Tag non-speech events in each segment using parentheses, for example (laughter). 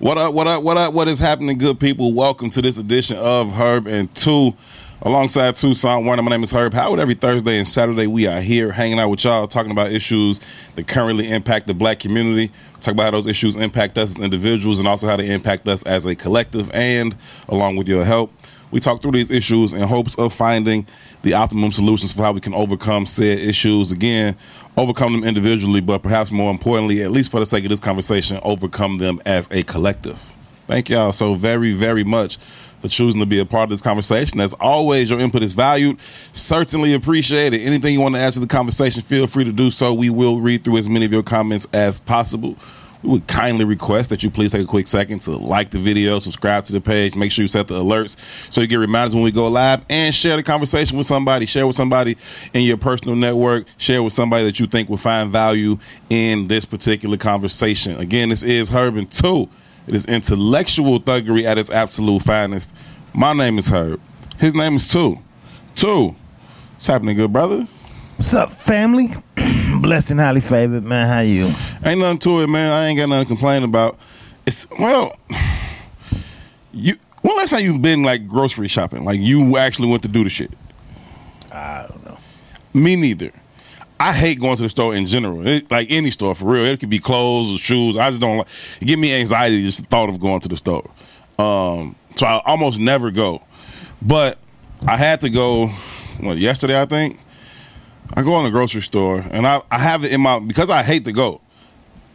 What up, what up, what up, what is happening, good people? Welcome to this edition of Herb and Two. Alongside Tucson Warner, my name is Herb Howard. Every Thursday and Saturday, we are here hanging out with y'all, talking about issues that currently impact the black community. Talk about how those issues impact us as individuals and also how they impact us as a collective. And along with your help, we talk through these issues in hopes of finding the optimum solutions for how we can overcome said issues. Again, overcome them individually, but perhaps more importantly, at least for the sake of this conversation, overcome them as a collective. Thank y'all so very, very much for choosing to be a part of this conversation. As always, your input is valued, certainly appreciated. Anything you want to add to the conversation, feel free to do so. We will read through as many of your comments as possible. We would kindly request that you please take a quick second to like the video, subscribe to the page, make sure you set the alerts so you get reminders when we go live, and share the conversation with somebody. Share with somebody in your personal network. Share with somebody that you think will find value in this particular conversation. Again, this is Herbin 2. It is intellectual thuggery at its absolute finest. My name is Herb. His name is 2. 2. What's happening, good brother? What's up, family? (clears throat) Blessed and highly favored, man. How you? Ain't nothing to it, man. I ain't got nothing to complain about. It's well, (sighs) you. When last time you been like grocery shopping? Like you actually went to do the shit? I don't know. Me neither. I hate going to the store in general. It- like any store for real. It could be clothes or shoes. I just don't like. It give me anxiety just the thought of going to the store. Um, so I almost never go. But I had to go. What yesterday I think. I go in the grocery store and I, I have it in my because I hate to go.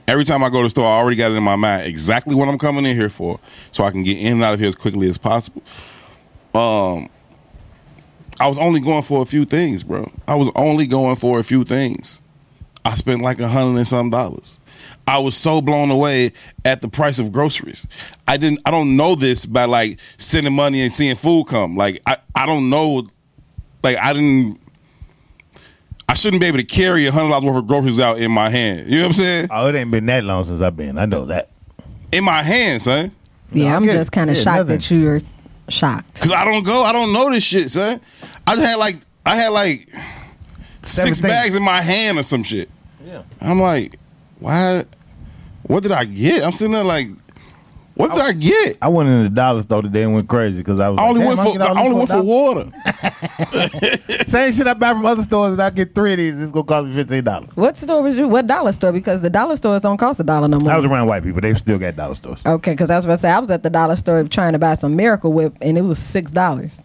Every time I go to the store, I already got it in my mind exactly what I'm coming in here for, so I can get in and out of here as quickly as possible. Um, I was only going for a few things, bro. I was only going for a few things. I spent like a hundred and some dollars. I was so blown away at the price of groceries. I didn't. I don't know this by like sending money and seeing food come. Like I, I don't know. Like I didn't. I shouldn't be able to carry a hundred dollars worth of groceries out in my hand. You know what I'm saying? Oh, it ain't been that long since I've been. I know that. In my hand, son. No, Yeah, I I'm get it. just kind of Yeah, shocked nothing. that you're s- shocked. Cause I don't go. I don't know this shit, son. I just had like I had like six Seven things. bags in my hand or some shit. Yeah. I'm like, why? What did I get? I'm sitting there like, what did I get? I went in the dollar store today and went crazy because I was. I only went like, "Damn, for get all I these only went for $4." (laughs) water. Same shit I buy from other stores, and I get three of these. It's gonna cost me fifteen dollars. What store was you? What dollar store? Because the dollar stores don't cost a dollar no more. I Okay, was 'cause around white people. They still got dollar stores. okay, because I was about to say I was at the dollar store trying to buy some Miracle Whip, and it was six dollars.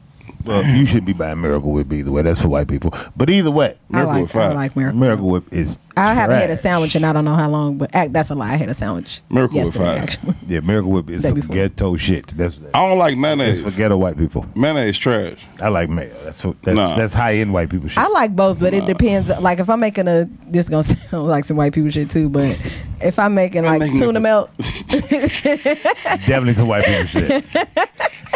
Well, you should be buying Miracle Whip either way. That's for white people. But either way, I Miracle Whip like, I five. like Miracle. Miracle Whip is. I haven't had a trash. sandwich in I don't know how long, but act, that's a lie. I had a sandwich. Miracle Whip yesterday, five. actually. Yeah, Miracle Whip is Day some before. ghetto shit. That's that. I don't like It's mayonnaise. for ghetto white people. Mayonnaise trash. I like mayo. That's what, that's, Nah. that's high end white people shit. I like both, but it depends. Like if I'm making a, this gonna (laughs) sound like some white people shit too, but if I'm making like making tuna a- (laughs) melt, Definitely some white people shit.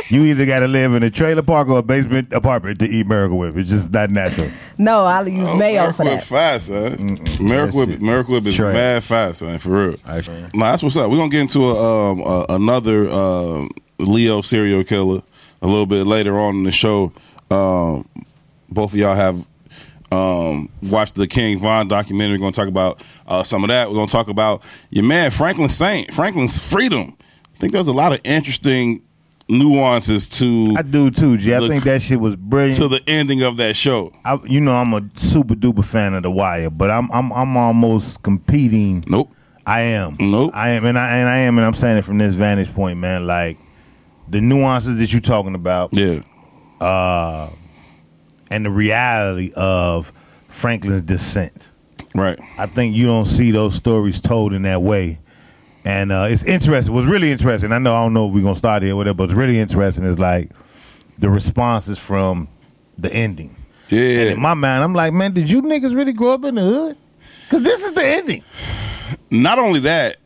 You either got to live in a trailer park or a basement apartment to eat Miracle Whip. It's just not natural. no, I'll use mayo Oh, Miracle for Whip that. five, son. Miracle That Whip, shit Miracle Whip is trash. bad five, son, for real. Actually. Nah, that's what's up. We're gonna get into a, um, a, another um, Leo serial killer a little bit later on in the show. Um, both of y'all have um, watched the King Von documentary. We're gonna talk about uh, some of that. We're gonna talk about your man Franklin Saint, Franklin's freedom. I think there's a lot of interesting nuances to I do too, Jay. I Look- think that shit was brilliant. to the ending of that show. I, you know, I'm a super duper fan of The Wire, but I'm I'm I'm almost competing. Nope. I am. Nope. I am, and I and I am, and I'm saying it from this vantage point, man. Like the nuances that you're talking about, Yeah. and the reality of Franklin's descent. Right. I think you don't see those stories told in that way. And uh, it's interesting. What's really interesting, I know I don't know if we're gonna start here or whatever, but it's really interesting is like the responses from the ending. Yeah. In my mind, I'm like, man, did you niggas really grow up in the hood? Cause this is the ending. not only that,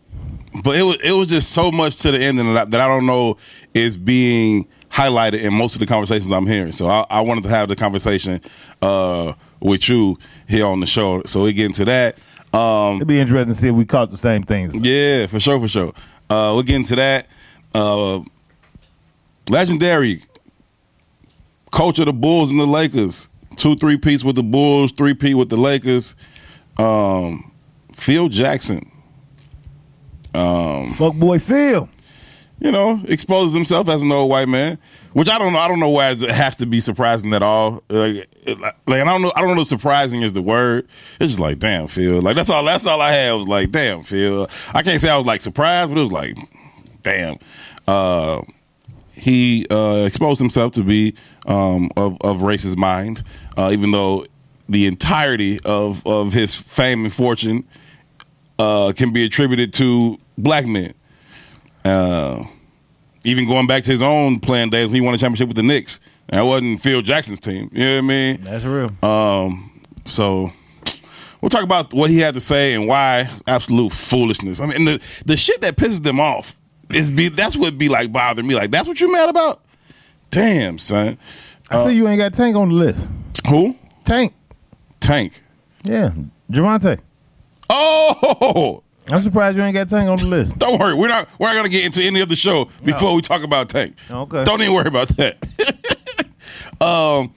but it was it was just so much to the end that I, that I don't know is being highlighted in most of the conversations I'm hearing. So I, I wanted to have the conversation uh, with you here on the show. So we get into that. Um, It'd be interesting to see if we caught the same things. yeah, for sure, for sure. Uh, we'll get into that. Uh, legendary coach of the Bulls and the Lakers. Two three piece with the Bulls, three P with the Lakers. Um, Phil Jackson. um, Fuck boy Phil. you know, exposes himself as an old white man, which I don't know. I don't know why it has to be surprising at all. Like, it- like and I don't know. I don't know. if Surprising is the word. It's just like, damn, Phil. Like that's all. That's all I had was like, damn, Phil. I can't say I was like surprised, but it was like, damn. Uh, he uh, exposed himself to be um, of of racist mind, uh, even though the entirety of of his fame and fortune uh, can be attributed to black men Uh, even going back to his own playing days when he won a championship with the Knicks. That wasn't Phil Jackson's team. You know what I mean? That's real. Uh, So we'll talk about what he had to say and why absolute foolishness. I mean, and the the shit that pisses them off is be that's what be like bothering me. Like that's what you mad about? Damn, son. I see you ain't got Tank on the list. Who? Tank. Tank. Yeah. Javante. Oh, (laughs) I'm surprised you ain't got Tank on the list. don't worry. We're not we're not gonna get into any of the show before we talk about Tank. Okay. Don't even worry about that. (laughs) um,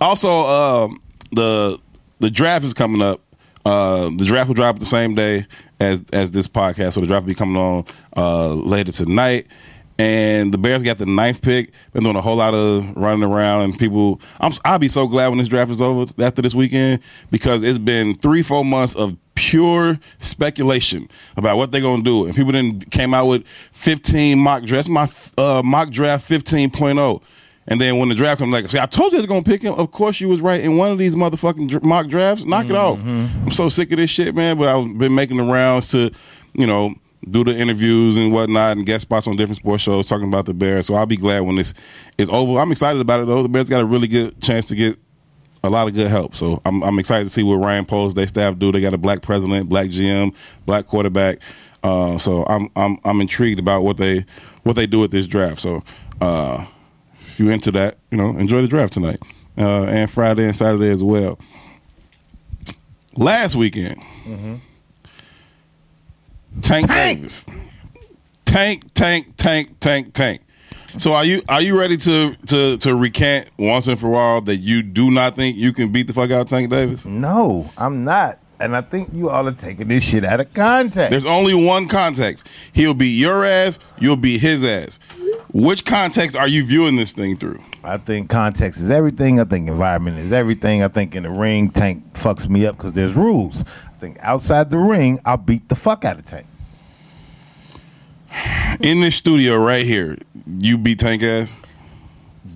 also, um, the the draft is coming up. Uh, the draft will drop the same day as as this podcast, so the draft will be coming on uh, later tonight. And the Bears got the ninth pick. Been doing a whole lot of running around, and people. I'm, I'll be so glad when this draft is over after this weekend because it's been three, four months of pure speculation about what they're gonna do, and people then came out with 15 mock drafts. My uh, mock draft oh. 15.0. And then when the draft comes, like, see, I told you I was gonna pick him. Of course, you was right in one of these motherfucking dr- mock drafts. Knock it off. I'm so sick of this shit, man. But I've been making the rounds to, you know, do the interviews and whatnot and guest spots on different sports shows talking about the Bears. So I'll be glad when this is over. I'm excited about it though. The Bears got a really good chance to get a lot of good help. So I'm, I'm excited to see what Ryan Poles, they staff do. They got a black president, black GM, black quarterback. Uh, so I'm I'm I'm intrigued about what they what they do with this draft. So uh, if you into that, you know, enjoy the draft tonight uh, and Friday and Saturday as well. Last weekend, Tank, Davis, Tank, Tank, Tank, Tank, Tank. So are you are you ready to to to recant once and for all that you do not think you can beat the fuck out of Tank Davis? No, I'm not. And I think you all are taking this shit out of context. There's only one context. He'll be your ass. You'll be his ass. Which context are you viewing this thing through? I think context is everything. I think environment is everything. I think in the ring, Tank fucks me up because there's rules. I think outside the ring, I'll beat the fuck out of Tank. In this studio right here, you beat Tank ass.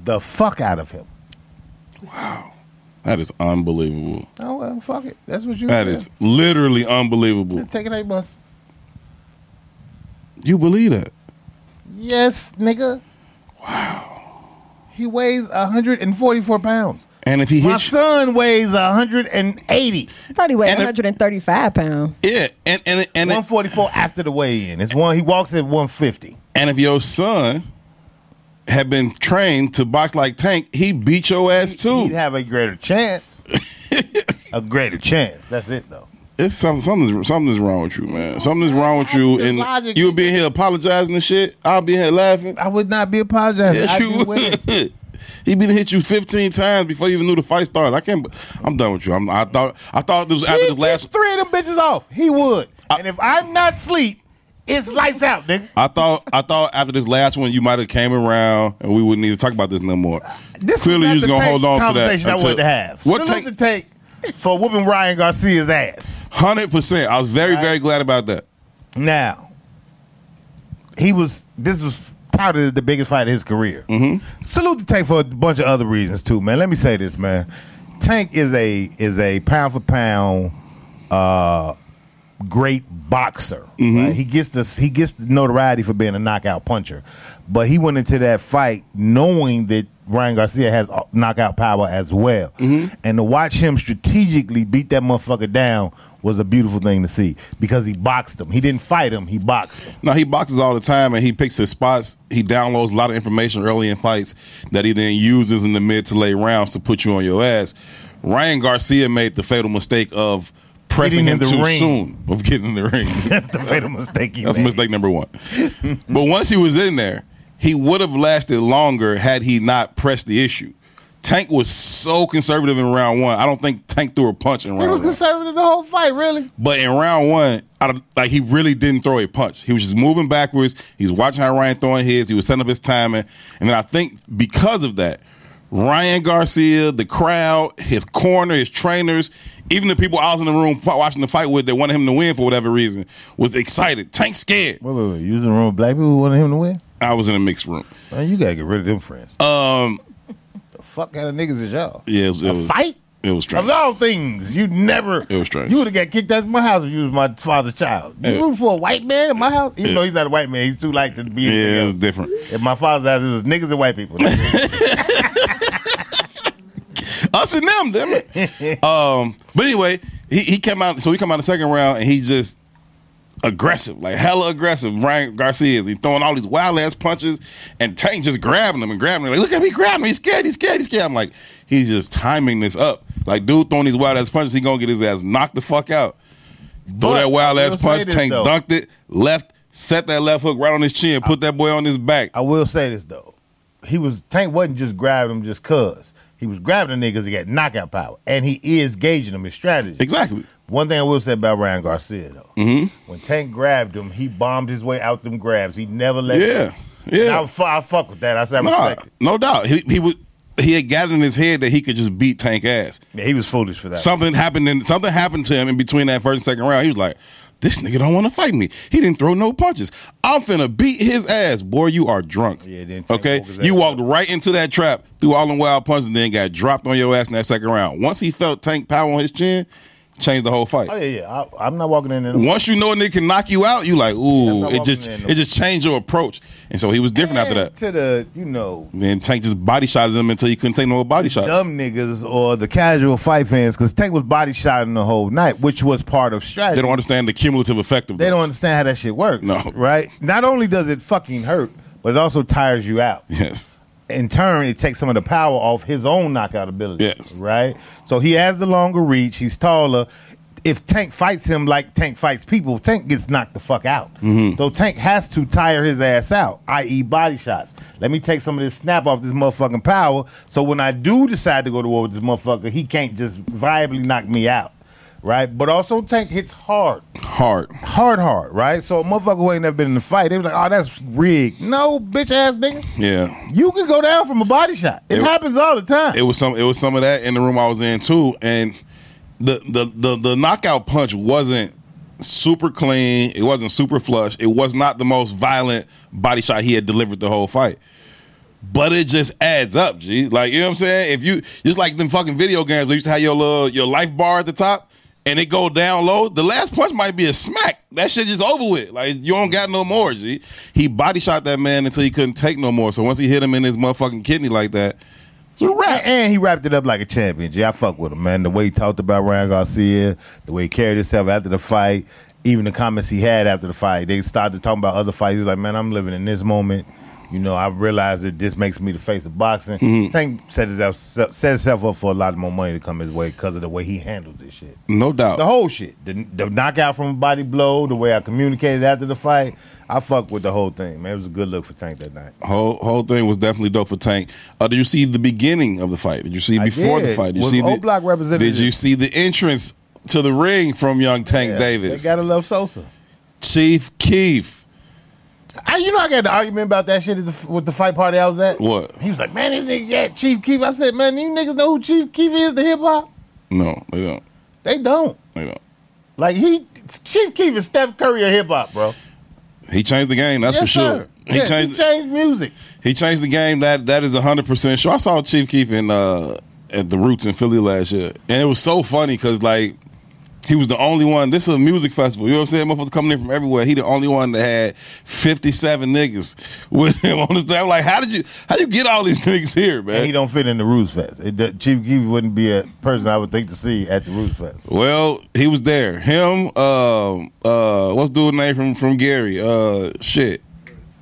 The fuck out of him. That is unbelievable. Oh well, fuck it. That's what you. That is literally unbelievable. Take it eight months. You believe that? Yes, nigga. Wow. He weighs 144 pounds. And if he My hits, you, son weighs 180. I thought he weighed And it- 135 pounds. yeah, and and and 144 after the weigh-in. It's one. He walks at 150. and if your son had been trained to box like Tank, he beat your ass He'd too. have a greater chance. (laughs) a greater chance. That's it, though. It's something, something's something's wrong with you, man. Something's wrong with you, That's and logic. you'll be here apologizing and shit. I'll be here laughing. I would not be apologizing. Yes, I'd be you winning. would. He been hit you 15 times before you even knew the fight started. I can't. I'm done with you. I'm, I thought. I thought this was (laughs) after He this last. gets three of them bitches off. He would. and if I'm not sleep, it's lights out, nigga. I thought. I thought after this last one, you might have came around, and we wouldn't need to talk about this no more. This clearly you was not was the gonna Tank hold on to that. conversation I until- wanted to have. What What Tank- take the take for whooping Ryan Garcia's ass? Hundred percent. I was very, very glad about that. Now, he was. This was touted as the biggest fight of his career. Mm-hmm. Salute to Tank for a bunch of other reasons too, man. Let me say this, man. Tank is a is a pound for pound great boxer. Mm-hmm. right? He gets the he gets the notoriety for being a knockout puncher, but he went into that fight knowing that Ryan Garcia has uh, knockout power as well. Mm-hmm. And to watch him strategically beat that motherfucker down was a beautiful thing to see because he boxed him. He didn't fight him. He boxed him. (laughs) Now he boxes all the time, and he picks his spots. He downloads a lot of information early in fights that he then uses in the mid to late rounds to put you on your ass. Ryan Garcia made the fatal mistake of pressing Getting him in the too ring. soon of getting in the (laughs) ring. That's the fatal mistake he That's made. mistake number (laughs) one. but once he was in there, he would have lasted longer had he not pressed the issue. Tank was so conservative in round one. I don't think Tank threw a punch in round He was one. conservative the whole fight, really. But in round one, out of like he really didn't throw a punch. He was just moving backwards. He was watching how Ryan throwing his. He was setting up his timing, and then I think because of that, Ryan Garcia, the crowd, his corner, his trainers, even the people I was in the room fi- watching the fight with that wanted him to win for whatever reason was excited. Tank scared. Wait, wait, wait. You was in the room with black people who wanted him to win? I was in a mixed room. Man, you gotta get rid of them friends. Um, the fuck kind of niggas is y'all? yeah, it was, it a was fight? It was Of strange. all things, you never. It was strange. You would have got kicked out of my house if you was my father's child. You Yeah. rooting for a white man in my house? Even though he's not a white man, he's too light to be. Yeah, anything it else. was different. If my father's house, it was niggas and (laughs) white people. us and them, damn (laughs) it. um, but anyway, he, he came out. So he come out the second round, and he just aggressive, like hella aggressive. Ryan Garcia is he throwing all these wild ass punches, and Tank just grabbing him and grabbing him. Like, look at me grabbing him. He's scared. He's scared. He's scared. I'm like, he's just timing this up. Like, dude throwing these wild ass punches, he gonna get his ass knocked the fuck out. Throw But that wild I ass will punch. say this, Tank though. dunked it. Left. Set that left hook right on his chin. Put that boy on his back. I will say this though, he was Tank wasn't just grabbing him just cause he was grabbing the niggas. He got knockout power, and he is gauging them his strategy. Exactly. One thing I will say about Ryan Garcia though, mm-hmm. when Tank grabbed him, he bombed his way out them grabs. He never let. Yeah. Yeah. And I, fu- I fuck with that. I said I Nah, respect it. no doubt. He he was he had got in his head that he could just beat Tank ass. Yeah, he was foolish for that. Something happened in something happened to him in between that first and second round. He was like, "This nigga don't want to fight me. He didn't throw no punches. I'm finna beat his ass, boy. You are drunk. Yeah, then Tank okay. woke his ass You up. walked right into that trap, threw all them wild punches, and then got dropped on your ass in that second round. Once he felt Tank power on his chin, changed the whole fight. oh yeah, yeah. I, I'm not walking in there. Once you know a nigga can knock you out, you like, I'm ooh, not it just walking in, no. it just changed your approach. And so he was different after that. To the you know Then Tank just body shotted him until he couldn't take no more body shots. dumb niggas or the casual fight fans because Tank was body shotting the whole night, which was part of strategy. They don't understand the cumulative effect of They those. don't understand how that shit works. No. Right? Not only does it fucking hurt, but it also tires you out. Yes. In turn, it takes some of the power off his own knockout ability. Yes. Right? So he has the longer reach, he's taller. If Tank fights him like Tank fights people, Tank gets knocked the fuck out. So Tank has to tire his ass out, i.e., body shots. Let me take some of this snap off this motherfucking power. So when I do decide to go to war with this motherfucker, he can't just viably knock me out. Right? But also, Tank hits hard Hard. hard, hard, right? So a motherfucker who ain't never been in a fight, they was like, oh, that's rigged. No, bitch ass nigga. Yeah. You can go down from a body shot. It, It- happens all the time. It was some it was some of that in the room I was in too. And the the the, the knockout punch wasn't super clean. It wasn't super flush. It was not the most violent body shot he had delivered the whole fight. But it just adds up, G. Like, you know what I'm saying? If you just like them fucking video games, they used to have your little your life bar at the top and it go down low, the last punch might be a smack. That shit just over with. Like you don't got no more, G. He body shot that man until he couldn't take no more. So once he hit him in his motherfucking kidney like that, it's a And- wrap. And he wrapped it up like a champion. Gee, I fuck with him, man. The way he talked about Ryan Garcia, the way he carried himself after the fight, even the comments he had after the fight. They started talking about other fights. He was like, man, I'm living in this moment. You know, I realize that this makes me the face of boxing. Mm-hmm. Tank set himself, set himself up for a lot more money to come his way because of the way he handled this shit. No doubt. The whole shit. The, the knockout from a body blow, the way I communicated after the fight. I fuck with the whole thing, man. It was a good look for Tank that night. Whole whole thing was definitely dope for Tank. Uh, did you see the beginning of the fight? Did you see I before the did. fight? Did you With see the O-Block representative. Did you see the entrance to the ring from Young Tank Yeah, Davis, They gotta love Sosa. Chief Keef? I, you know, I got the argument about that shit at the, with the fight party I was at. What? He was like, man, this nigga got Chief Keef. I said, man, you niggas know who Chief Keef is to hip hop? No, they don't. They don't. They don't. Like, he, Chief Keef is Steph Curry of hip hop, bro. He changed the game. That's for yes, sure. sir. He Yes, changed. he changed music. He changed the game. That that is hundred percent sure. I saw Chief Keef in uh, at the Roots in Philly last year, and it was so funny because like he was the only one. This is a music festival. You know what I'm saying? Motherfuckers coming in from everywhere. He the only one that had 57 niggas (laughs) with him on the stage. I'm like, how did you how you get all these (laughs) niggas here, And he man? don't fit in the Roots Fest. It, do- Chief Keef wouldn't be a person I would think to see at the Roots Fest. Well, he was there. Him, um, uh, what's dude name from from Gary? Uh, shit,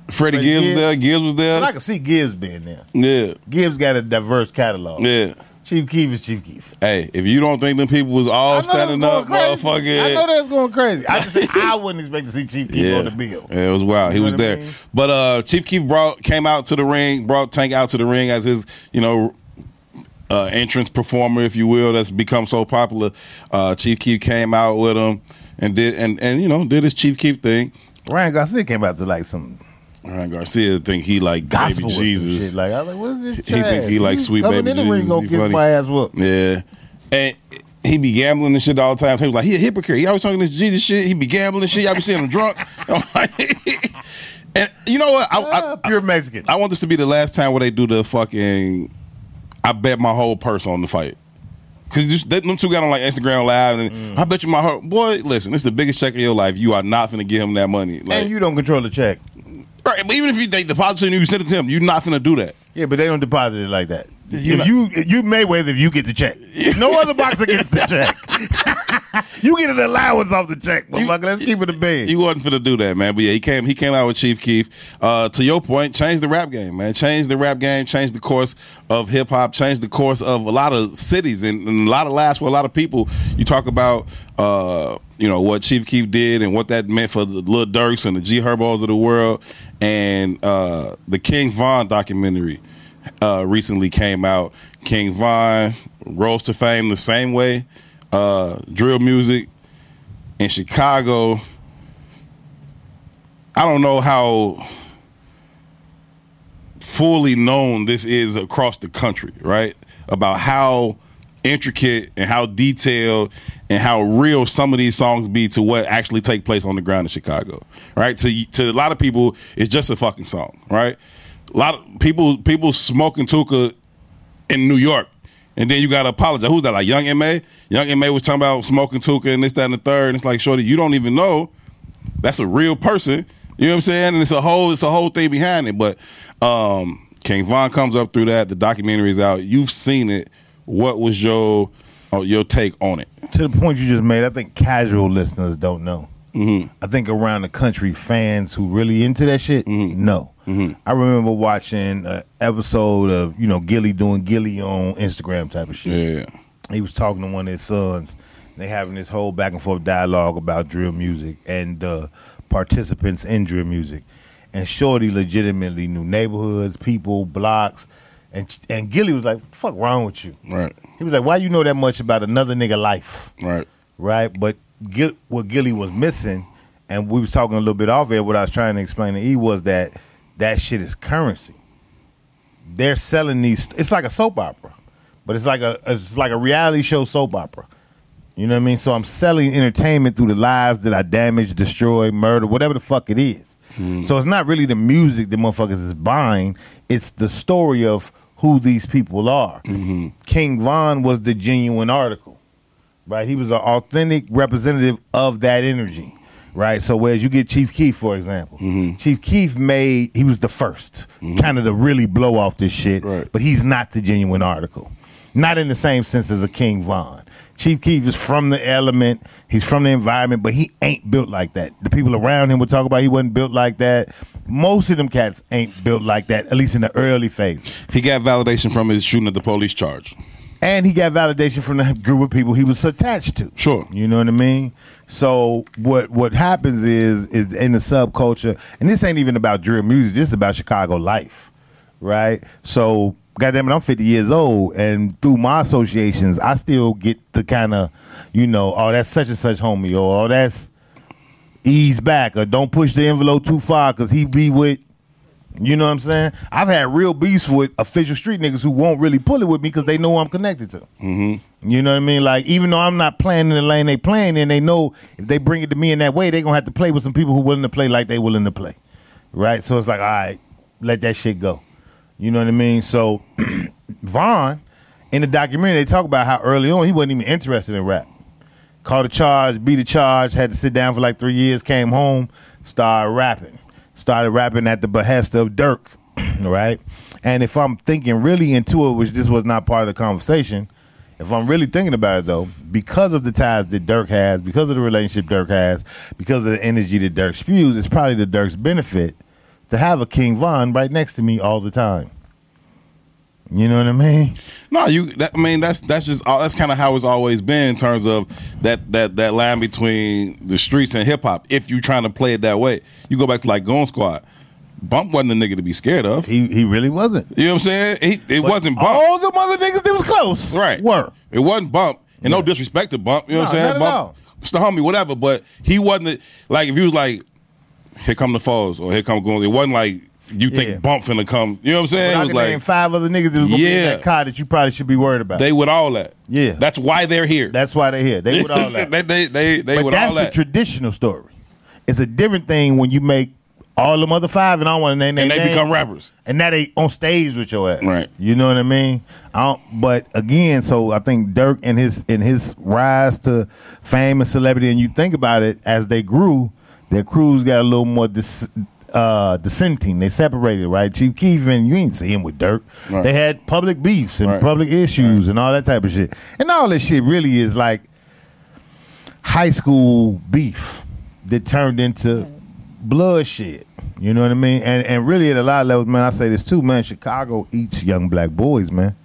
Freddie Freddie Gibbs, was Gibbs. there. Gibbs was But I there. could see Gibbs being there. Yeah, Gibbs got a diverse catalog. yeah. Chief Keef is Chief Keef. Hey, if you don't think them people was I all know that's standing going up, crazy. motherfucker. I know that's going crazy. I (laughs) just said I wouldn't expect to see Chief Keef on the bill. Yeah, it was wild. he You know was what I there. mean? But uh Chief Keef brought came out to the ring, brought Tank out to the ring as his, you know, uh entrance performer, if you will, that's become so popular. Uh Chief Keef came out with him. and did and and you know did his Chief Keef thing. Ryan Garcia came out to like some Ryan Garcia think he like gospel baby or some Jesus. shit. Like I was like, what is this? He think trash? he like sweet Coming baby in the ring Jesus, gonna he get funny. my ass whooped. Yeah. And he be gambling and shit all the time. He was like, he a hypocrite. He always talking this Jesus shit. He be gambling and shit. Y'all be seeing him drunk. (laughs) I'm like- (laughs) and you know what? I, Ah, I, pure Mexican. I want this to be the last time where they do the fucking. I bet my whole purse on the fight. Cause just, that, them two got on like Instagram Live, and Mm. I bet you my heart, boy. Listen, it's the biggest check of your life. You are not gonna give him that money. Like, and you don't control the check. right, but even if you they deposit it and you send it to him, you're not gonna do that. Yeah, but they don't deposit it like that. You if know- you you Mayweather, if you get (laughs) the check, no other boxer gets the check. (laughs) you get an allowance off the check, You- motherfucker. Let's keep it a bed. He wasn't finna do that, man. But yeah, he came. He came out with Chief Keef. Uh, to your point, change the rap game, man. Change the rap game. Change the course of hip hop. Change the course of a lot of cities and, and a lot of lives for a lot of people. You talk about, uh, you know, what Chief Keef did and what that meant for the Lil Durks and the G Herbos of the world, and uh, the King Von documentary uh, recently came out. King Von rose to fame the same way. Uh, drill music in Chicago. I don't know how fully known this is across the country, right? About how intricate and how detailed and how real some of these songs be to what actually take place on the ground in Chicago, right? To to a lot of people, it's just a fucking song, right? A lot of people people smoking hookah in New York. And then you gotta apologize. Who's that? Like Young Ma? Young Ma was talking about smoking hookah and this, that, and the third. And it's like, shorty, you don't even know that's a real person. You know what I'm saying? And it's a whole it's a whole thing behind it. But um King Von comes up through that. The documentary is out. You've seen it. What was your oh, your take on it? to the point you just made, I think casual listeners don't know. I think around the country, fans who really into that shit know. I remember watching an episode of you know Gilly doing Gilly on Instagram type of shit. Yeah. He was talking to one of his sons. They having this whole back and forth dialogue about drill music and the participants in drill music. And Shorty legitimately knew neighborhoods, people, blocks, and and Gilly was like, "What the fuck wrong with you?" Right. He was like, "Why you know that much about another nigga life?" Right. right? But Gil, what Gilly was missing, and we was talking a little bit off air. What I was trying to explain to E was that that shit is currency. They're selling these. It's like a soap opera, but it's like a it's like a reality show soap opera. You know what I mean? So I'm selling entertainment through the lives that I damage, destroy, murder, whatever the fuck it is. So it's not really the music that motherfuckers is buying. It's the story of who these people are. King Von was the genuine article right? He was an authentic representative of that energy, right? So whereas you get Chief Keef, for example, Chief Keef made he was the 1st kind of to really blow off this shit, Right. but he's not the genuine article, not in the same sense as a King Von. Chief Keef is from the element, he's from the environment, but he ain't built like that. The people around him would talk about he wasn't built like that. Most of them cats ain't built like that, at least in the early phases. He got validation from his shooting at the police charge. And he got validation from the group of people he was attached to. Sure. You know what I mean? So what what happens is is in the subculture, and this ain't even about drill music, this is about Chicago life. Right? So goddamn it, I'm 50 years old and through my associations, I still get the kind of, you know, oh that's such and such homie, or oh that's ease back, or don't push the envelope too far because he be with you know what I'm saying? I've had real beefs with official street niggas who won't really pull it with me because they know who I'm connected to. Mm-hmm. You know what I mean? Like even though I'm not playing in the lane they playing in, they know if they bring it to me in that way, they gonna have to play with some people who willing to play like they willing to play, right? So it's like, all right, let that shit go. You know what I mean? So (clears throat) Vaughn in the documentary they talk about how early on he wasn't even interested in rap caught a charge, beat a charge, had to sit down for like three years, came home, started rapping. Started rapping at the behest of Dirk, (clears throat) right? And if I'm thinking really into it, which this was not part of the conversation, if I'm really thinking about it though, because of the ties that Dirk has, because of the relationship Dirk has, because of the energy that Dirk spews, it's probably the Dirk's benefit to have a King Von right next to me all the time. You know what I mean? No, you. That, I mean, that's that's just all, that's kind of how it's always been in terms of that that that line between the streets and hip hop. If you're trying to play it that way, you go back to like Gone Squad. Bump wasn't a nigga to be scared of. He oh, he really wasn't. You know what I'm saying? He, it wasn't Bump. All the mother niggas that was close Right. were. It wasn't bump. And no disrespect to bump. You know what I'm No, saying? not at bump all. It's the homie, whatever. But he wasn't the- like if he was like, here come the falls or here come going. It wasn't like you think Yeah. bump finna come. You know what I'm saying? I It can was like name five other niggas that was gonna be in Yeah. that car that you probably should be worried about. they with all that. Yeah. that's why they're here. that's why they here. They with all that. (laughs) they they they, they but with that's all that. the traditional story. It's a different thing when you make all them other five, and I want to name and their they name, become rappers. and now they on stage with your ass. Right. You know what I mean? I don't, but again, so I think Dirk and his in his rise to fame and celebrity, and you think about it, as they grew, their crews got a little more dis, uh, dissenting. They separated, right? Chief Keef and you ain't see him with Dirk. Right. They had public beefs and Right. public issues and all that type of shit. And all this shit really is like high school beef that turned into bloodshed. You know what I mean? And and really at a lot of levels, man, I say this too, man. Chicago eats young black boys, man.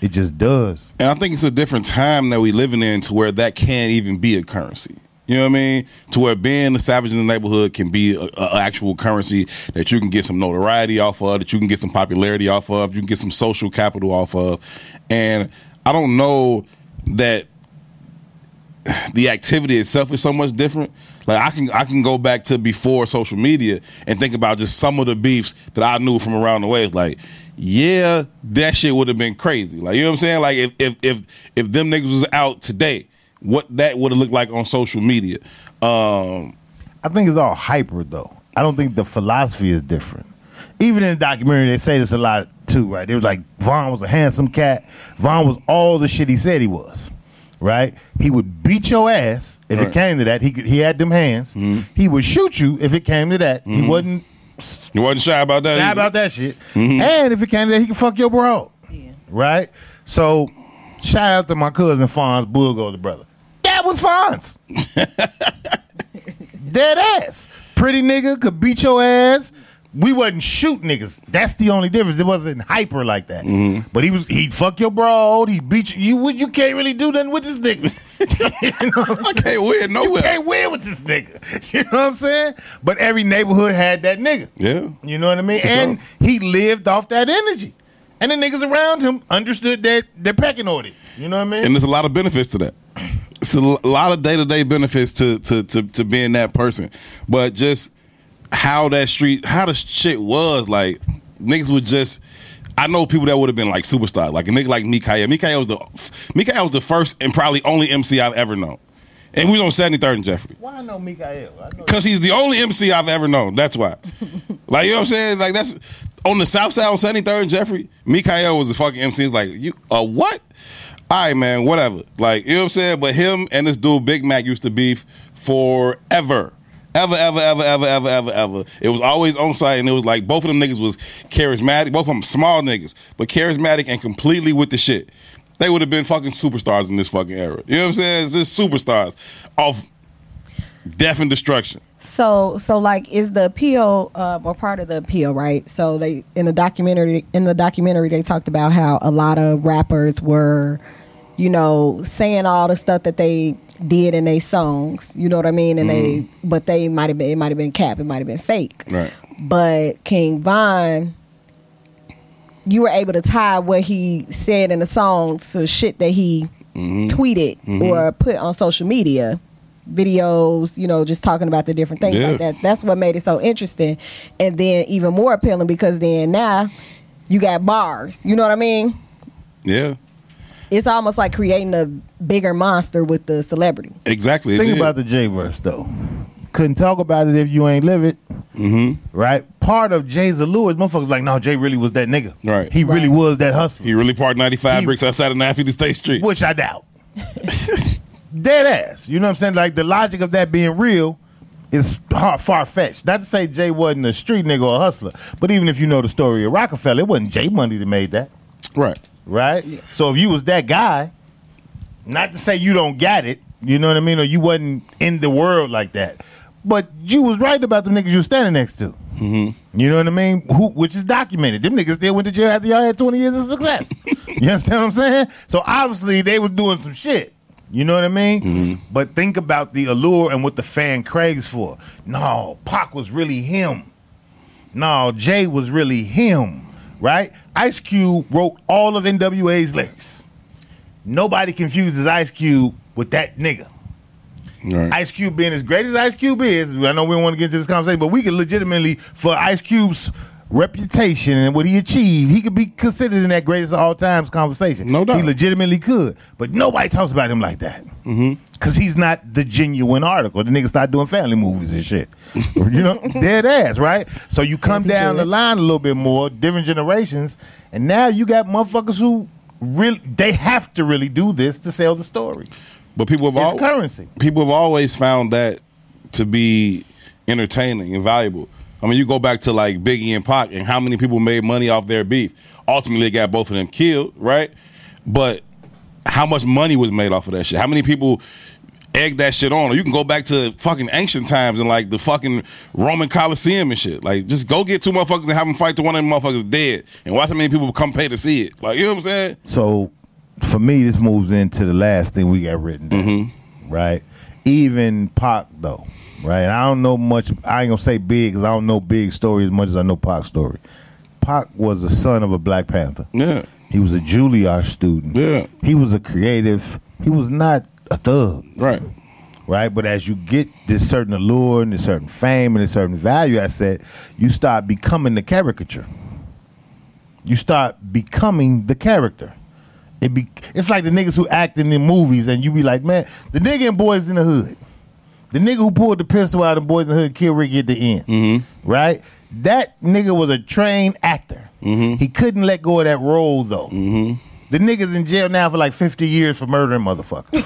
It just does. And I think it's a different time that we living in to where that can't even be a currency. You know what I mean? To where being a savage in the neighborhood can be an actual currency that you can get some notoriety off of, that you can get some popularity off of, you can get some social capital off of. And I don't know that the activity itself is so much different. Like I can I can go back to before social media and think about just some of the beefs that I knew from around the way. It's like, yeah, that shit would have been crazy. Like you know what I'm saying? Like if if if if them niggas was out today, what that would have looked like on social media. Um I think it's all hyper though. I don't think the philosophy is different. Even in the documentary, they say this a lot too, right? They was like Vaughn was a handsome cat. Vaughn was all the shit he said he was, right? He would beat your ass if it Right. came to that. He could, he had them hands. He would shoot you if it came to that. He wasn't you wasn't shy about that. How either. Mm-hmm. about that shit? And if it came to that, he can fuck your bro. Yeah. Right? So, shout out to my cousin Fonz Bulgo, the brother. That was (laughs) Fonz. Dead ass. Pretty nigga could beat your ass. We wasn't shoot niggas. That's the only difference. It wasn't hyper like that. Mm-hmm. But he was he'd fuck your bro. He beat you. You you can't really do nothing with this nigga. (laughs) you know what I'm I can't win nowhere. can't win with this nigga. (laughs) You know what I'm saying? But every neighborhood had that nigga. Yeah. You know what I mean? For and he lived off that energy. And the niggas around him understood that they're pecking order. You know what I mean? and there's a lot of benefits to that. It's a l- lot of day to day benefits to, to to to being that person, but just how that street, how the shit was like, niggas would just. I know people that would have been like superstars, like a nigga like Mikael. Mikael was the Mikael was the first and probably only MC I've ever known, and we was on seventy third and Jeffrey. Why I know Mikael? I know Cause he's the only MC I've ever known. That's why. like you know what I'm saying? Like that's on the South Side on 73rd and Jeffrey. Mikael was the fucking MC. It's like you uh, what? All right, man. Whatever. Like you know what I'm saying? But him and this dude Big Mac used to beef forever. Ever, ever, ever, ever, ever, ever, ever. It was always on site, and it was like both of them niggas was charismatic. Both of them small niggas, but charismatic and completely with the shit. They would have been fucking superstars in this fucking era. You know what I'm saying? It's just superstars off death and destruction. So, so like, is the appeal uh, or part of the appeal, right? So they in the documentary, in the documentary, they talked about how a lot of rappers were, you know, saying all the stuff that they did in their songs. You know what I mean? And they, but they might have been, it might have been cap, it might have been fake. Right. But King Von, you were able to tie what he said in the song to shit that he tweeted or put on social media videos you know just talking about the different things Yeah. like that that's what made it so interesting and then even more appealing because then now you got bars you know what i mean Yeah, it's almost like creating a bigger monster with the celebrity exactly. Think about the J verse though. Couldn't talk about it if you ain't live it. Mm-hmm. Right? Part of Jay's allure is motherfuckers like, no, Jay really was that nigga. Right. He really Right. was that hustler. He really parked 95 He- bricks outside of 950 State Street. Which I doubt. (laughs) Dead ass. You know what I'm saying? Like the logic of that being real is far fetched. Not to say Jay wasn't a street nigga or a hustler, but even if you know the story of Rockefeller, it wasn't Jay Money that made that, Right. right? So if you was that guy, not to say you don't got it, you know what I mean, or you wasn't in the world like that, but you was right about the niggas you was standing next to. You know what I mean? Who, which is documented. Them niggas still went to jail after y'all had 20 years of success. you understand what I'm saying? So obviously they was doing some shit. You know what I mean? But think about the allure and what the fan craves for. No, Pac was really him. No, Jay was really him. Right? Ice Cube wrote all of NWA's lyrics. Nobody confuses Ice Cube with that nigga. Right. Ice Cube being as great as Ice Cube is, I know we don't want to get into this conversation, but we could legitimately, for Ice Cube's reputation and what he achieved, he could be considered in that greatest of all times conversation. No doubt. He legitimately could, but nobody talks about him like that. Mm-hmm. Cause he's not the genuine article. The niggas start doing family movies and shit. (laughs) you know, dead ass, right? So you come he down should. the line a little bit more, different generations, and now you got motherfuckers who really they have to really do this to sell the story. But people have It's al- currency. people have always found that to be entertaining and valuable. I mean, you go back to like Biggie and Pac, and how many people made money off their beef. Ultimately, it got both of them killed, right? But how much money was made off of that shit? How many people egged that shit on? Or you can go back to fucking ancient times and like the fucking Roman Coliseum and shit. Like, just go get two motherfuckers and have them fight to one of them motherfuckers dead, and watch how many people come pay to see it. Like, you know what I'm saying? So for me, this moves into the last thing we got written down, right? Even Pac though, right? And I don't know much. I ain't gonna say big because I don't know big story as much as I know Pac's story. Pac was the son of a Black Panther. Yeah, He was a Juilliard student. Yeah. He was a creative. He was not a thug, right. right? But as you get this certain allure and this certain fame and this certain value asset, you start becoming the caricature. You start becoming the character. It be it's like the niggas who act in the movies and you be like, man, the nigga in Boys in the Hood. The nigga who pulled the pistol out of Boys in the Hood killed Ricky at the end. Mm-hmm. Right? That nigga was a trained actor. Mm-hmm. He couldn't let go of that role though. The nigga's in jail now for like 50 years for murdering motherfuckers.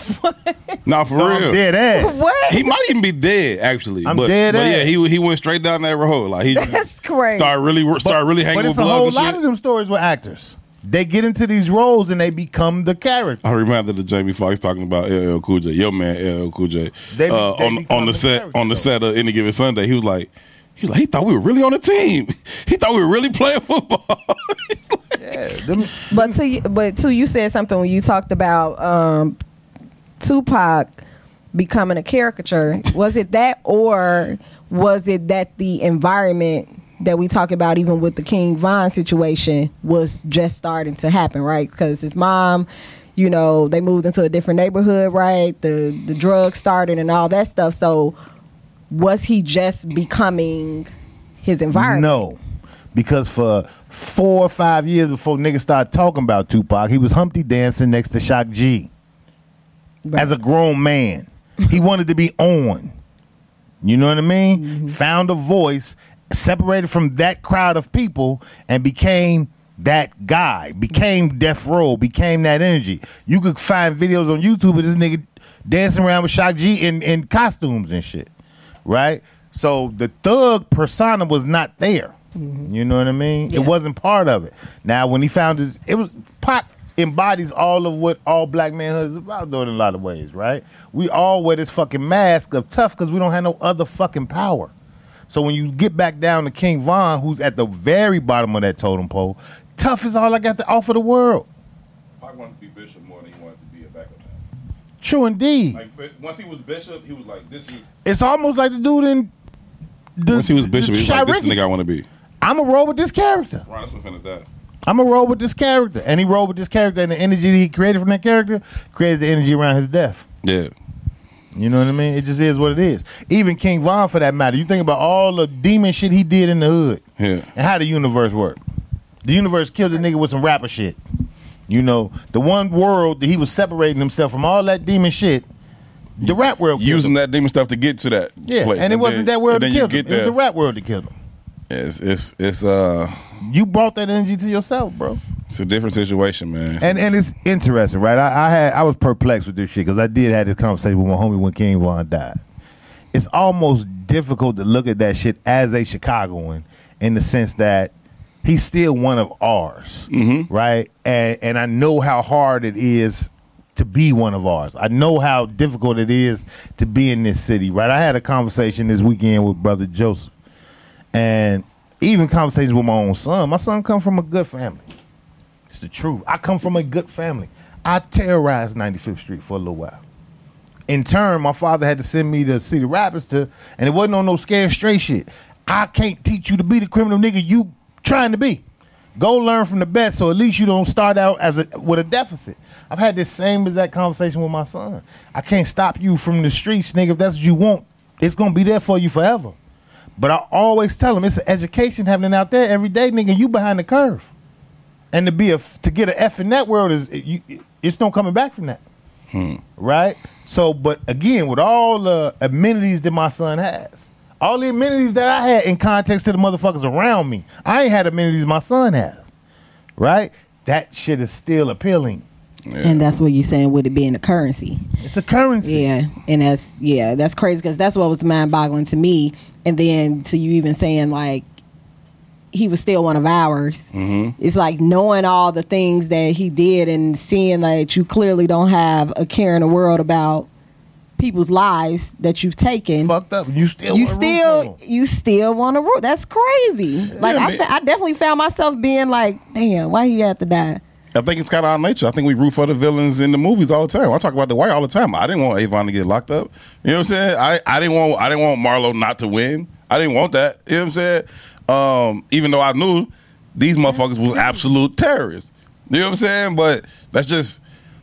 Nah, for No, real. I'm dead ass. What? He might even be dead, actually. I'm but, dead but ass. yeah, he he went straight down that road. Like he That's crazy. started really started really hanging But with it's a whole bloods lot and of shit. them stories with actors. They get into these roles and they become the character. I remember the Jamie Foxx talking about LL Cool J, yo man, LL Cool J. They be- uh, they on become on the the set character, on the though. set of any given Sunday, he was like, he was like, he thought we were really on a team. (laughs) he thought we were really playing football. Yeah, them- But to you, but to you said something when you talked about um, Tupac becoming a caricature. Was it that, or was it that the environment that we talk about, even with the King Von situation, was just starting to happen, right? Because his mom. You know, they moved into a different neighborhood, right? The the drugs started and all that stuff. So, was he just becoming his environment? no, because for four or five years before niggas started talking about Tupac, he was Humpty dancing next to Shock G. Right. As a grown man, he wanted to be on. You know what I mean? Found a voice, separated from that crowd of people, and became that guy. Became Death Row. Became that energy. You could find videos on YouTube of this nigga dancing around with Shock G in, in costumes and shit. Right? So the thug persona was not there. You know what I mean? Yeah. It wasn't part of it. Now when he found his it was Pac embodies all of what all black manhood is about though in a lot of ways, right? We all wear this fucking mask of tough because we don't have no other fucking power. So when you get back down to King Von, who's at the very bottom of that totem pole, tough is all I got to offer the world. I wanted to be bishop more than he wanted to be a backup dancer. True indeed. Like once he was bishop, he was like, this is. It's almost like the dude in the, Once he was bishop, he was like, this Shiriki. the nigga I want to be. I'm a roll with this character. Ron Smith finna die. I'm gonna roll with this character, and he rolled with this character, and the energy that he created from that character created the energy around his death. Yeah, You know what I mean? It just is what it is. Even King Von, for that matter, you think about all the demon shit he did in the hood, Yeah. and how the universe worked. The universe killed the nigga with some rapper shit. You know, the one world that he was separating himself from all that demon shit, the rap world killed using him. that demon stuff to get to that. Yeah, place. and it wasn't then- that and world that then you killed him. get It was there. the rap world that killed him. It's it's it's uh You brought that energy to yourself, bro. it's a different situation, man. It's- And and it's interesting, right? I, I had I was perplexed with this shit because I did have this conversation with my homie when King Von died. It's almost difficult to look at that shit as a Chicagoan in the sense that he's still one of ours, right? And and I know how hard it is to be one of ours. I know how difficult it is to be in this city, right? I had a conversation this weekend with brother Joseph, and even conversations with my own son. My son come from a good family. It's the truth. I come from a good family. I terrorized 95th Street for a little while. In turn, my father had to send me to City Rapids to, and it wasn't on no scared straight shit. I can't teach you to be the criminal nigga you trying to be. Go learn from the best, so at least you don't start out as a, with a deficit. I've had this same exact conversation with my son. I can't stop you from the streets, nigga. If that's what you want, it's gonna be there for you forever. But I always tell him it's an education happening out there every day, nigga. You behind the curve, and to be a to get an F in that world is you, it's no coming back from that, Hmm. right? So, but again, with all the amenities that my son has, all the amenities that I had in context to the motherfuckers around me, I ain't had amenities my son had, right? That shit is still appealing. Yeah. And that's what you're saying with it being a currency. It's a currency. Yeah, and that's yeah, that's crazy because that's what was mind boggling to me. And then to you even saying like he was still one of ours. Mm-hmm. It's like knowing all the things that he did and seeing that you clearly don't have a care in the world about people's lives that you've taken. Fucked up. You still You wanna root still, for 'em. you still want to rule. That's crazy. Like I, man. fe- I definitely found myself being like, "Damn, why he had to die?" I think it's kind of our nature. I think we root for the villains in the movies all the time. I talk about the wire all the time. I didn't want Avon to get locked up. You know what I'm saying? I, I didn't want I didn't want Marlo not to win. I didn't want that. You know what I'm saying? Um, even though I knew these motherfuckers was absolute terrorists. You know what I'm saying? But that's just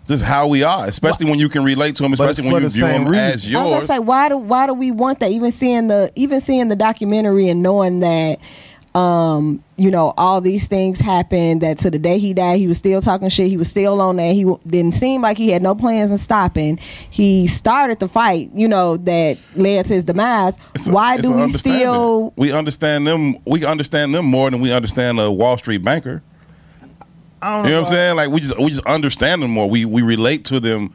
just how we are, especially when you can relate to them, But it's especially when for you the view same them reason. as I yours. was like, why do why do we want that? Even seeing the even seeing the documentary and knowing that, um, you know, all these things happened. That to the day he died, he was still talking shit. He was still on that. He w- didn't seem like he had no plans in stopping. He started the fight, you know, that led to his demise. It's a- why it's do a we understanding. still? we understand them? We understand them more than we understand a Wall Street banker. I don't You know know what I'm saying? Like we just we just understand them more. We we relate to them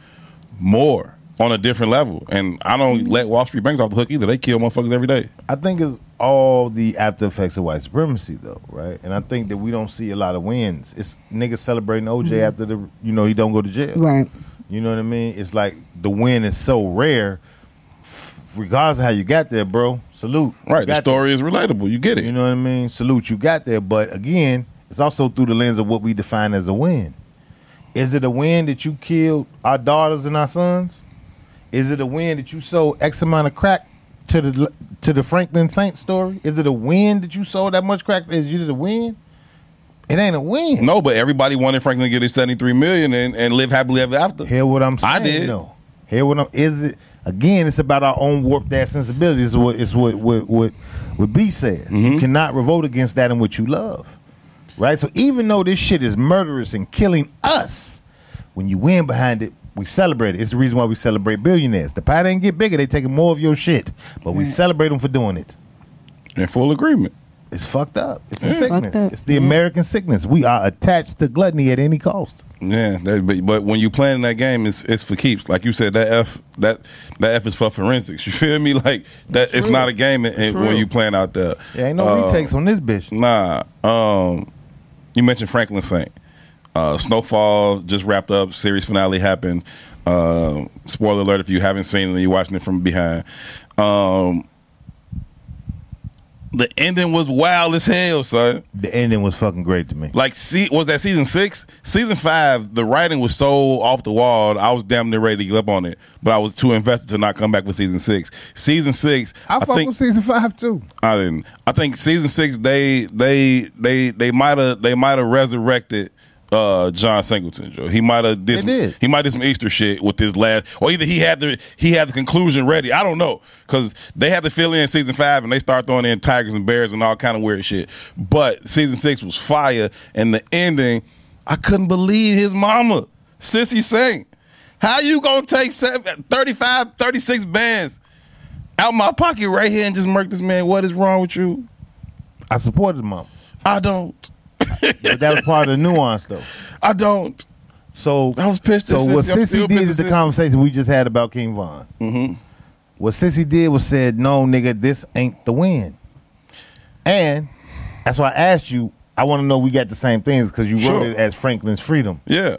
more on a different level. And I Mm-hmm. don't let Wall Street banks off the hook either. They kill motherfuckers every day. I think it's all the after effects of white supremacy, though, right? And I think that we don't see a lot of wins. It's niggas celebrating OJ after the, you know, he don't go to jail. Mm-hmm. Right. You know what I mean? It's like the win is so rare, f- regardless of how you got there, bro. Salute. You Right. The got there. story is relatable. You get it. You know what I mean? Salute, you got there. But again, it's also through the lens of what we define as a win. Is it a win that you killed our daughters and our sons? Is it a win that you sold X amount of crack to the to the Franklin Saint story? Is it a win that you sold that much crack? Is it a win? It ain't a win. no, but everybody wanted Franklin to get his 73 million and, and live happily ever after. Hear what I'm saying? I did. No. Hear what I'm. Is it again? It's about our own warped ass sensibilities. It's what it's what what what what B says. Mm-hmm. You cannot revolt against that in what you love, right? So even though this shit is murderous and killing us, when you win behind it. We celebrate it. It's the reason why we celebrate billionaires. The pie didn't get bigger; they taking more of your shit, but Mm. we celebrate them for doing it. In full agreement. It's fucked up. It's a Yeah. sickness. Fucked up. It's the American sickness. We are attached to gluttony at any cost. Yeah, that, but, but when you playing that game, it's it's for keeps. Like you said, that F that that F is for forensics. (laughs) You feel me? Like that, it's real. not a game and, and when real. you playing out there. Yeah, ain't no Uh, retakes on this bitch. Nah. Um, you mentioned Franklin Saint. Uh, Snowfall just wrapped up. Series finale happened. Uh, spoiler alert if you haven't seen it and you're watching it from behind. Um, the ending was wild as hell, son. The ending was fucking great to me. Like, see, was that season six? Season five, the writing was so off the wall. I was damn near ready to give up on it, but I was too invested to not come back with season six. Season six, I, fuck think, with season five too. I didn't. I think season six they they they they might have they might have resurrected uh John Singleton. Joe. He might have did, They some- did. he might did some Easter shit with this last, or either he had the he had the conclusion ready. I don't know because they had to fill in season five and they start throwing in tigers and bears and all kind of weird shit. But season six was fire, and the ending I couldn't believe his mama Sissy Sing. How you gonna take seven, 35, 36 bands? out my pocket right here and just murk this man. What is wrong with you? I supported mom, I don't. but that was part of the nuance though. I don't. So I was pissed at So what Sissy. I'm Sissy still did pissed is at the Sissy. conversation we just had about King Von. Mm-hmm. What Sissy did was said, "No, nigga, this ain't the win." And that's why I asked you. I want to know we got the same things because you Sure. wrote it as Franklin's freedom. Yeah.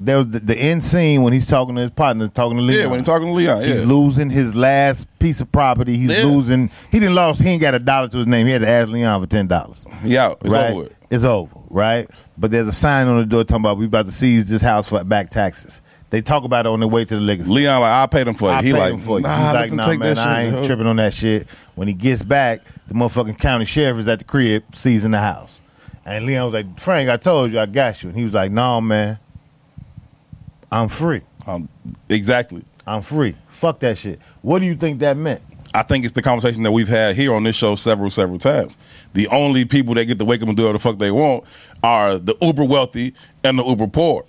There was the, the end scene when he's talking to his partner, talking to Leon. Yeah, when you're talking to Leon. He's Yeah. losing his last piece of property. He's Yeah. losing. He didn't lost. He ain't got a dollar to his name. He had to ask Leon for ten dollars. He out. It's right? over with. It's over, right? But there's a sign on the door talking about we about to seize this house for back taxes. They talk about it on their way to the liquor store. Leon, like, I paid him for it. I he paid like, him for you. nah, He's let like, them nah, take man, that I shit. ain't yo. tripping on that shit. When he gets back, the motherfucking county sheriff is at the crib seizing the house. And Leon was like, Frank, I told you, I got you. And he was like, No, man, I'm free. Um, exactly. I'm free. Fuck that shit. What do you think that meant? I think it's the conversation that we've had here on this show several, several times. The only people that get to wake up and do whatever the fuck they want are the uber wealthy and the uber poor.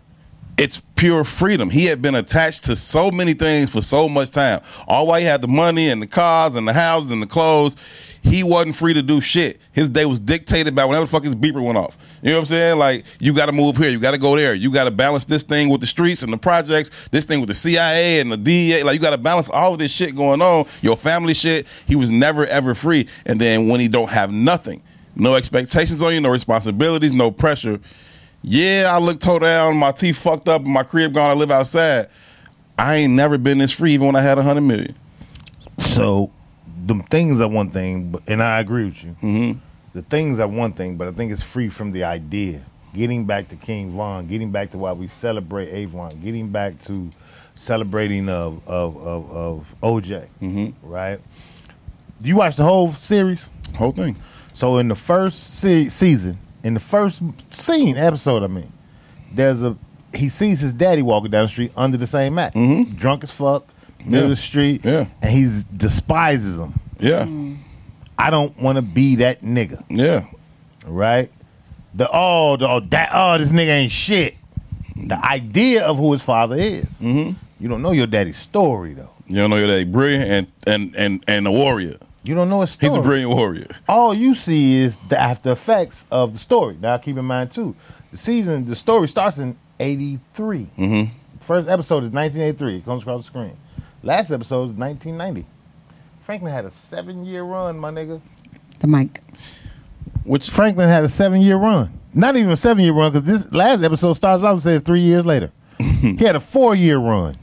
It's pure freedom. He had been attached to so many things for so much time. All while he had the money and the cars and the houses and the clothes, he wasn't free to do shit. His day was dictated by whenever the fuck his beeper went off. You know what I'm saying? Like, you gotta move here, you gotta go there, you gotta balance this thing with the streets and the projects, this thing with the CIA and the DEA. Like, you gotta balance all of this shit going on, your family shit. He was never ever free. And then when he don't have nothing, no expectations on you, no responsibilities, no pressure. Yeah, I look toe down, my teeth fucked up, my crib gone, I live outside. I ain't never been this free even when I had a hundred million. So, them things are one thing, but, and I agree with you. Mm-hmm. The things are one thing, but I think it's free from the idea. Getting back to King Von, getting back to why we celebrate Avon, getting back to celebrating of of of, of OJ, right? Do you watch the whole series? Whole thing. So in the first se- season, in the first scene episode, I mean, there's a he sees his daddy walking down the street under the same mat, drunk as fuck, middle of Mm-hmm. Yeah. the street, Yeah. and he despises him. Yeah. Mm. I don't want to be that nigga, Yeah. right? The oh, the oh, that oh, this nigga ain't shit. The idea of who his father is. Mm-hmm. You don't know your daddy's story though. You don't know your day. Brilliant and and and and a warrior. You don't know his story. He's a brilliant warrior. all you see is the after effects of the story. Now keep in mind too, the season, the story starts in '83. Mm-hmm. First episode is 1983. It comes across the screen. Last episode is 1990. Franklin had a seven-year run, my nigga. The mic. Which Franklin had a seven-year run. Not even a seven-year run because this last episode starts off and says three years later. he had a four-year run.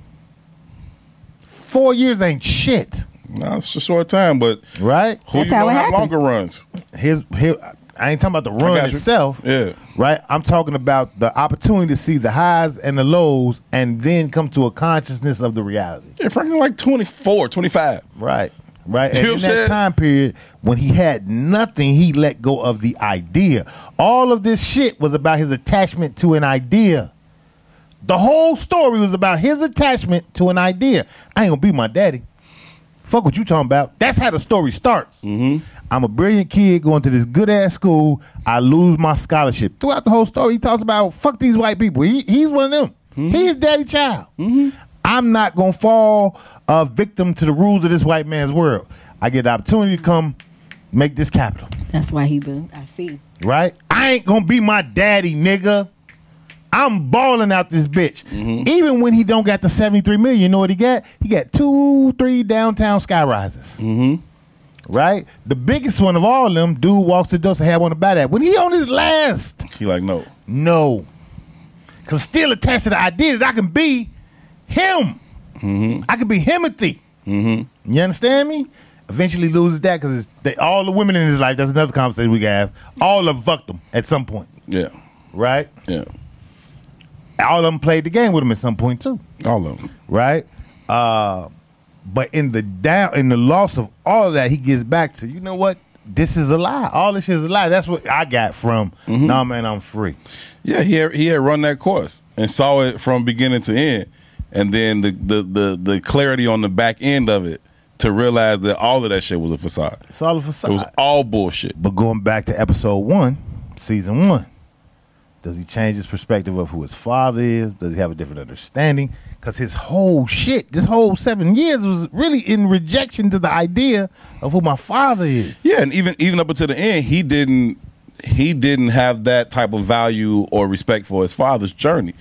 Four years ain't shit, nah, it's a short time, but right? who That's you how know it how happens. longer runs? Here's here. I ain't talking about the I run got you. itself. Yeah. right? I'm talking about the opportunity to see the highs and the lows and then come to a consciousness of the reality. Yeah, Franklin like 24, 25. Right. Right. You And know in what I'm that saying? time period, when he had nothing, he let go of the idea. All of this shit was about his attachment to an idea. The whole story was about his attachment to an idea. I ain't gonna be my daddy. Fuck what you talking about. That's how the story starts. I'm a brilliant kid going to this good ass school. I lose my scholarship. Throughout the whole story, he talks about fuck these white people. He, he's one of them. He's daddy child. I'm not gonna fall a victim to the rules of this white man's world. I get the opportunity to come make this capital, That's why he been. I see. right? I ain't gonna be my daddy, nigga. I'm balling out this bitch. Even when he don't got the 73 million, you know what he got? He got two, three downtown sky rises. Right? The biggest one of all of them, dude walks the door and had one to buy that. When he on his last, He like, no. no. Cause still attached to the idea that I can be him. Mm-hmm. I can be Himothy. You understand me? Eventually loses that because all the women in his life, that's another conversation we can have. All of fucked him at some point, Yeah. right? Yeah. All of them played the game with him at some point too. All of them. right? Uh, but in the down, in the loss of all of that, he gets back to you know what? This is a lie. All this shit is a lie. That's what I got from. Mm-hmm. Nah, man, I'm free. Yeah, he had, he had run that course and saw it from beginning to end, and then the, the the the clarity on the back end of it to realize that all of that shit was a facade. It's all a It facade. was all bullshit. but going back to episode one, season one, does he change his perspective of who his father is? Does he have a different understanding? Because his whole shit, this whole seven years, was really in rejection to the idea of who my father is. Yeah, and even even up until the end, he didn't he didn't have that type of value or respect for his father's journey.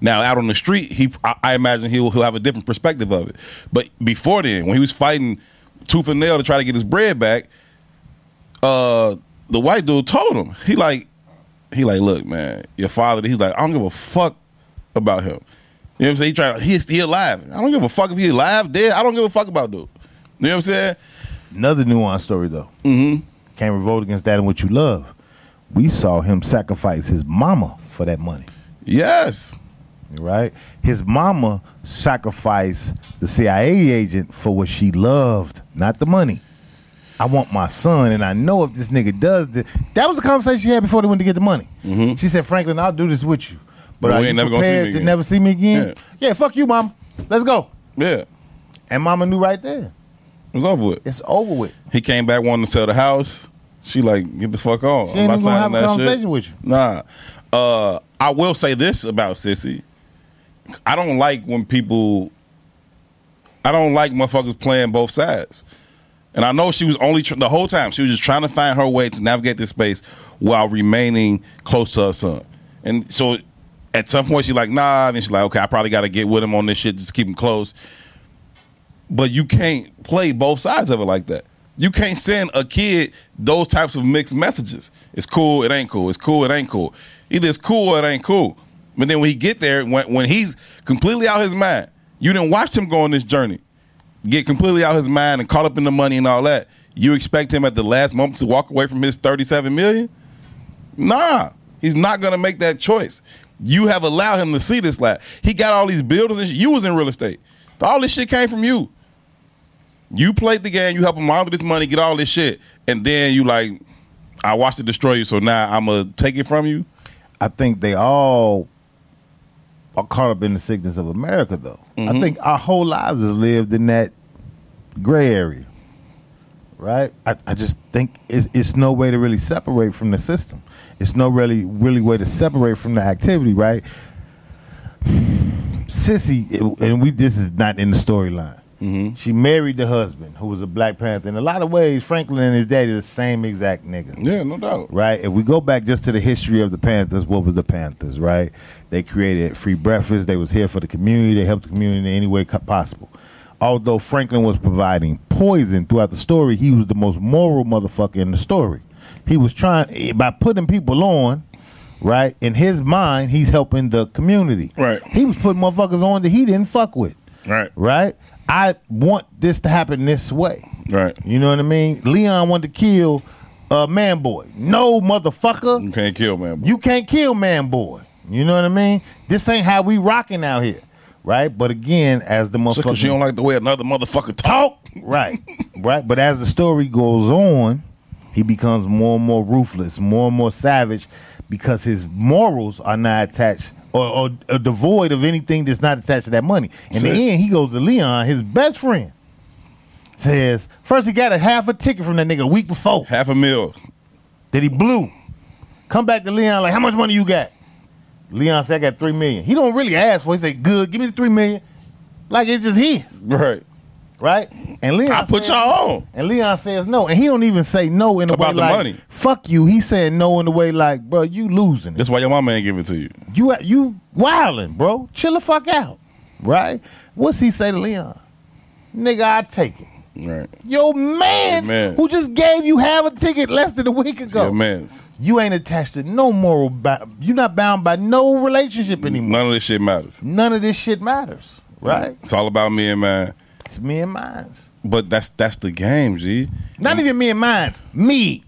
Now out on the street, he I, I imagine he'll he'll have a different perspective of it. But before then, when he was fighting tooth and nail to try to get his bread back, uh, the white dude told him he like he like look man, your father. He's like I don't give a fuck about him. You know what I'm saying? He trying he's still alive. I don't give a fuck if he's alive, dead. I don't give a fuck about dude. You know what I'm saying? Another nuanced story though. Mm-hmm. Can't revolt against that and what you love. We saw him sacrifice his mama for that money, Yes. right? His mama sacrificed the CIA agent for what she loved, not the money. I want my son, and I know if this nigga does this, that was the conversation she had before they went to get the money. She said, Franklin, I'll do this with you, Mm-hmm. but, But are we you ain't never gonna see prepared me to again." never see me again? Yeah. fuck you, mom. Let's go. Yeah, it And mama knew right there. was over with. It's over with. He came back wanting to sell the house. She like, get the fuck on. She ain't I'm even not gonna signing have a that conversation shit. with you. Nah. Uh, I will say this about Sissy. I don't like when people. I don't like motherfuckers playing both sides. And I know she was only tr- the whole time she was just trying to find her way to navigate this space while remaining close to her son. And so, at some point, she's like, "Nah," and then she's like, "Okay, I probably got to get with him on this shit. Just keep him close." but you can't play both sides of it like that. You can't send a kid those types of mixed messages. It's cool, it ain't cool. It's cool, it ain't cool. Either it's cool or it ain't cool. But then when he get there, when, when he's completely out his mind, you didn't watch him go on this journey, get completely out his mind and caught up in the money and all that. You expect him at the last moment to walk away from his thirty-seven million? Nah, he's not gonna make that choice. You have allowed him to see this. Like he got all these buildings. And shit. You was in real estate. All this shit came from you. You played the game. You help him all of this money, get all this shit, and then you like, I watched it destroy you. So now I'm gonna take it from you. I think they all are caught up in the sickness of America, though. I think our whole lives is lived in that gray area, right? I, I just think it's, it's no way to really separate from the system. It's no really really way to separate from the activity, right? Sissy, and we this is not in the storyline. She married the husband who was a Black Panther. In a lot of ways, Franklin and his daddy are the same exact nigga Yeah, no doubt. right? If we go back just to the history of the Panthers, what was the Panthers, right? They created free breakfast. They was here for the community. They helped the community in any way co- possible. Although Franklin was providing poison throughout the story, he was the most moral motherfucker in the story. He was trying eh, by putting people on, right? In his mind, he's helping the community. Right. He was putting motherfuckers on that he didn't fuck with. Right. Right. I want this to happen this way. Right. You know what I mean? Leon wanted to kill uh, Man Boy. No, motherfucker. You can't kill man. boy. You can't kill Man Boy. You know what I mean? This ain't how we rocking out here. Right? But again, as the Just because you motherfucker don't like the way another motherfucker talk. talk. Right. right. But as the story goes on, he becomes more and more ruthless, more and more savage because his morals are not attached or, or, or devoid of anything that's not attached to that money. In the That's it. end, he goes to Leon, his best friend. Says, first he got a half a ticket from that nigga a week before Half a mil. that he blew. Come back to Leon, like, how much money you got? Leon said, I got three million. He don't really ask for it. He said, good, give me the three million. Like it's just his, Right. right? And Leon I put said- y'all on. and Leon says no. And he don't even say no in a way About the like money. fuck you. He said no in a way like, bro, you losing it. That's why your mama ain't give it to you. You you wildin', bro. Chill the fuck out. Right? What's he say to Leon? Nigga, I take it. Right. Yo man, Your mans. who just gave you half a ticket less than a week ago. Your man's. You ain't attached to no moral. Ba- you're not bound by no Mm. relationship anymore. None of this shit matters. None of this shit matters, Mm. right? It's all about me and mine. It's me and mine's. But that's that's the game, G. Not even me and mine's. Me.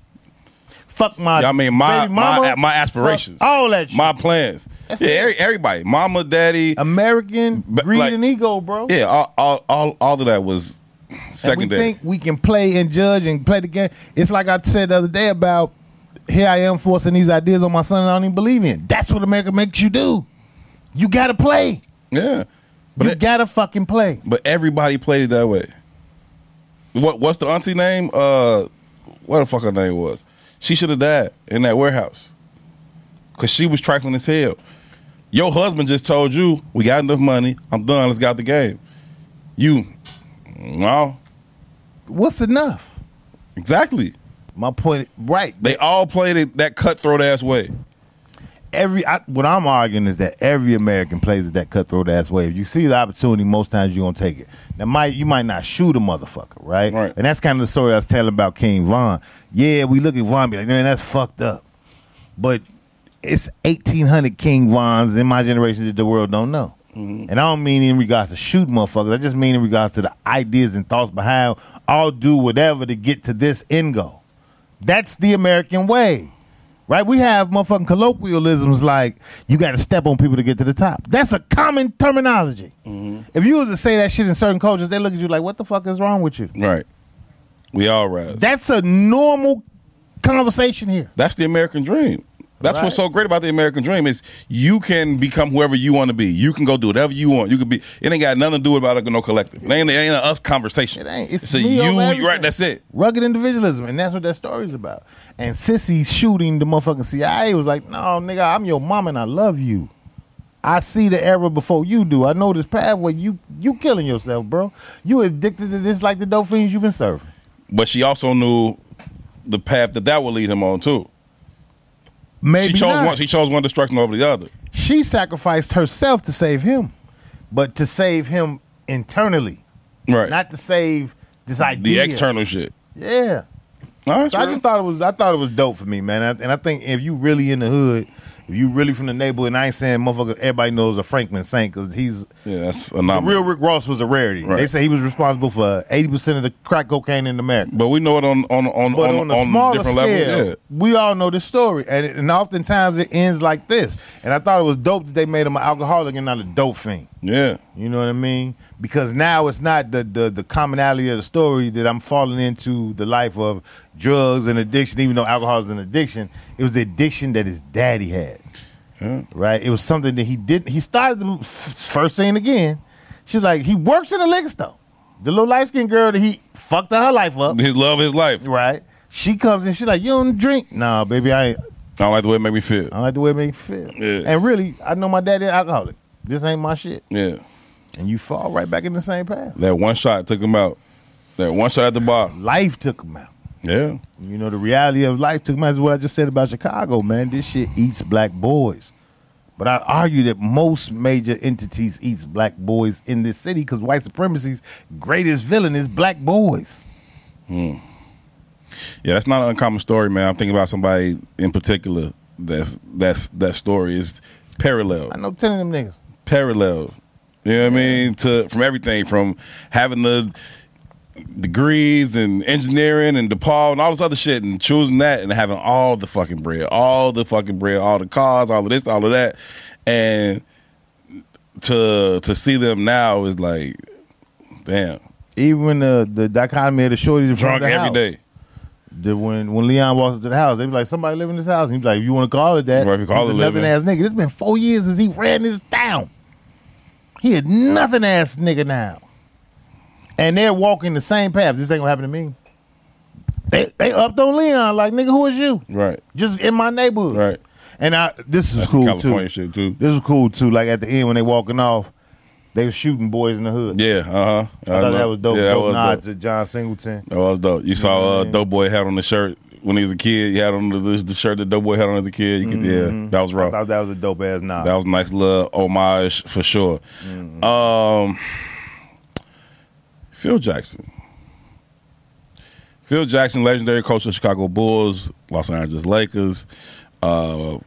Fuck my. I mean, my- baby my- mama, my aspirations. Fuck all that shit. My plans. That's yeah, it. every, everybody. Mama, daddy. Uh, American But, greed like- and ego, bro. yeah, all, all all all of that was And we secondary. think we can play and judge and play the game. It's like I said the other day about here I am forcing these ideas on my son I don't even believe in. That's what America makes you do. You gotta play. yeah. But you it- gotta fucking play. But everybody played it that way. What what's the auntie name? Uh what the fuck her name was? She should have died in that warehouse. Cause she was trifling as hell. Your husband just told you, we got enough money, I'm done, let's get out the game. You no. What's enough? Exactly. My point, right? They all played it that cutthroat ass way. Every I, what I'm arguing is that every American plays it that cutthroat ass way. If you see the opportunity, most times you're gonna take it. Now, might you might not shoot a motherfucker, right? Right. And that's kind of the story I was telling about King Von. Yeah, we look at Von, be like, man, that's fucked up. But it's 1,800 King Vons in my generation that the world don't know. And I don't mean in regards to shoot motherfuckers. I just mean in regards to the ideas and thoughts behind. I'll do whatever to get to this end goal. That's the American way. Right? We have motherfucking colloquialisms like you got to step on people to get to the top. That's a common Mm-hmm. terminology. If you was to say that shit in certain cultures, they look at you like, what the fuck is wrong with you? Right. We all rise. That's a normal conversation here. That's the American dream. That's what's Right. so great about the American dream is you can become whoever you want to be. You can go do whatever you want. You can be. It ain't got nothing to do about it, no collective. It ain't, it ain't a us conversation. It ain't. It's a me you. over everything. Right. That's it. Rugged individualism, and that's what that story's about. And Sissy shooting the motherfucking CIA was like, "No, nigga, I'm your mom and I love you. I see the error before you do. I know this pathway. You you killing yourself, bro. You addicted to this like the dope fiends you've been serving. But she also knew the path that that would lead him on too. Maybe she chose not. one. She chose one destruction over the other. she sacrificed herself to save him, but to save him internally, Right. not to save this the idea. external shit. Yeah. No, that's So I real. just thought it was I thought it was dope for me, man. I, and I think if you really in the hood, if you really from the neighborhood, and I ain't saying motherfucker, everybody knows a Franklin Saint because he's yeah, that's the anomaly. real Rick Ross was a rarity. Right. They say he was responsible for eighty percent of the crack cocaine in America. But we know it on on on But on, on, a smaller different scale, levels. Yeah. we all know the story, and it, and oftentimes it ends like this. And I thought it was dope that they made him an alcoholic and not a dope fiend. Yeah. You know what I mean? Because now it's not the, the the commonality of the story that I'm falling into the life of drugs and addiction, even though alcohol is an addiction. It was the addiction that his daddy had. Right? It was something that he didn't. He started the f- first thing again. She was like, he works in a liquor store. The little light skinned girl that he fucked her life up. His love, his life. I Right? She comes in, she's like, you don't drink? Nah, baby, I ain't. don't like the way it made me feel. I like the way it makes me feel. Yeah. And really, I know my daddy an alcoholic. This ain't my shit. Yeah. And you fall right back in the same path. That one shot took him out. That one shot at the bar. life took him out. Yeah. You know, the reality of life took him out. This is what I just said about Chicago, man. This shit eats black boys. But I argue that most major entities eats black boys in this city because white supremacy's greatest villain is black boys. Yeah, that's not an uncommon story, man. I'm thinking about somebody in particular that's that's that story is parallel. I know ten of them niggas. Parallel. You know what I mean? To from everything, from having the degrees and engineering and DePaul and all this other shit and choosing that and having all the fucking bread, all the fucking bread, all the cars, all of this, all of that. And to to see them now is like, damn. Even the the dichotomy of the shorty in front Drunk of the every house. day. The- when when Leon walks into the house, they be like, "Somebody live in this house." And he's like, "If you want to call it that, Right, if you call he's it a nothing living. ass nigga." It's been four years since he ran this town. He a nothing ass nigga now, and they're walking the same path. This ain't gonna happen to me. They they upped on Leon like, "Nigga, who is you?" Right. Just in my neighborhood, Right. And I this is That's cool some California too. shit too. This is cool too. Like at the end when they walking off, they was shooting boys in the hood. Yeah, uh huh. I thought that was dope. Yeah, that dope was nod dope. to John Singleton. That was dope. You saw uh, Yeah. Doughboy had on the shirt when he was a kid. He had on the, the shirt that Doughboy had on as a kid. You could, Yeah, that was I rough. thought that was a dope ass nod. That was a nice little homage for sure. Um, Phil Jackson. Phil Jackson, legendary coach of Chicago Bulls, Los Angeles Lakers. Uh,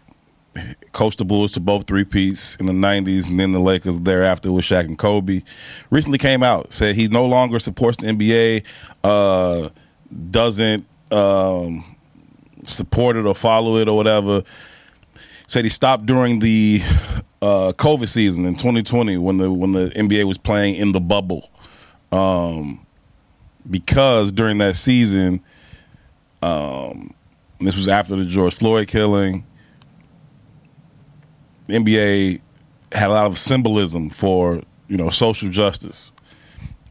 coached the Bulls to both three peats in the 90s and then the Lakers thereafter with Shaq and Kobe. Recently came out, said he no longer supports the NBA, uh, doesn't um, support it or follow it or whatever said he stopped during the uh, COVID season in 2020 when the when the NBA was playing in the bubble, um, because during that season, um, this was after the George Floyd killing. The NBA had a lot of symbolism for you know social justice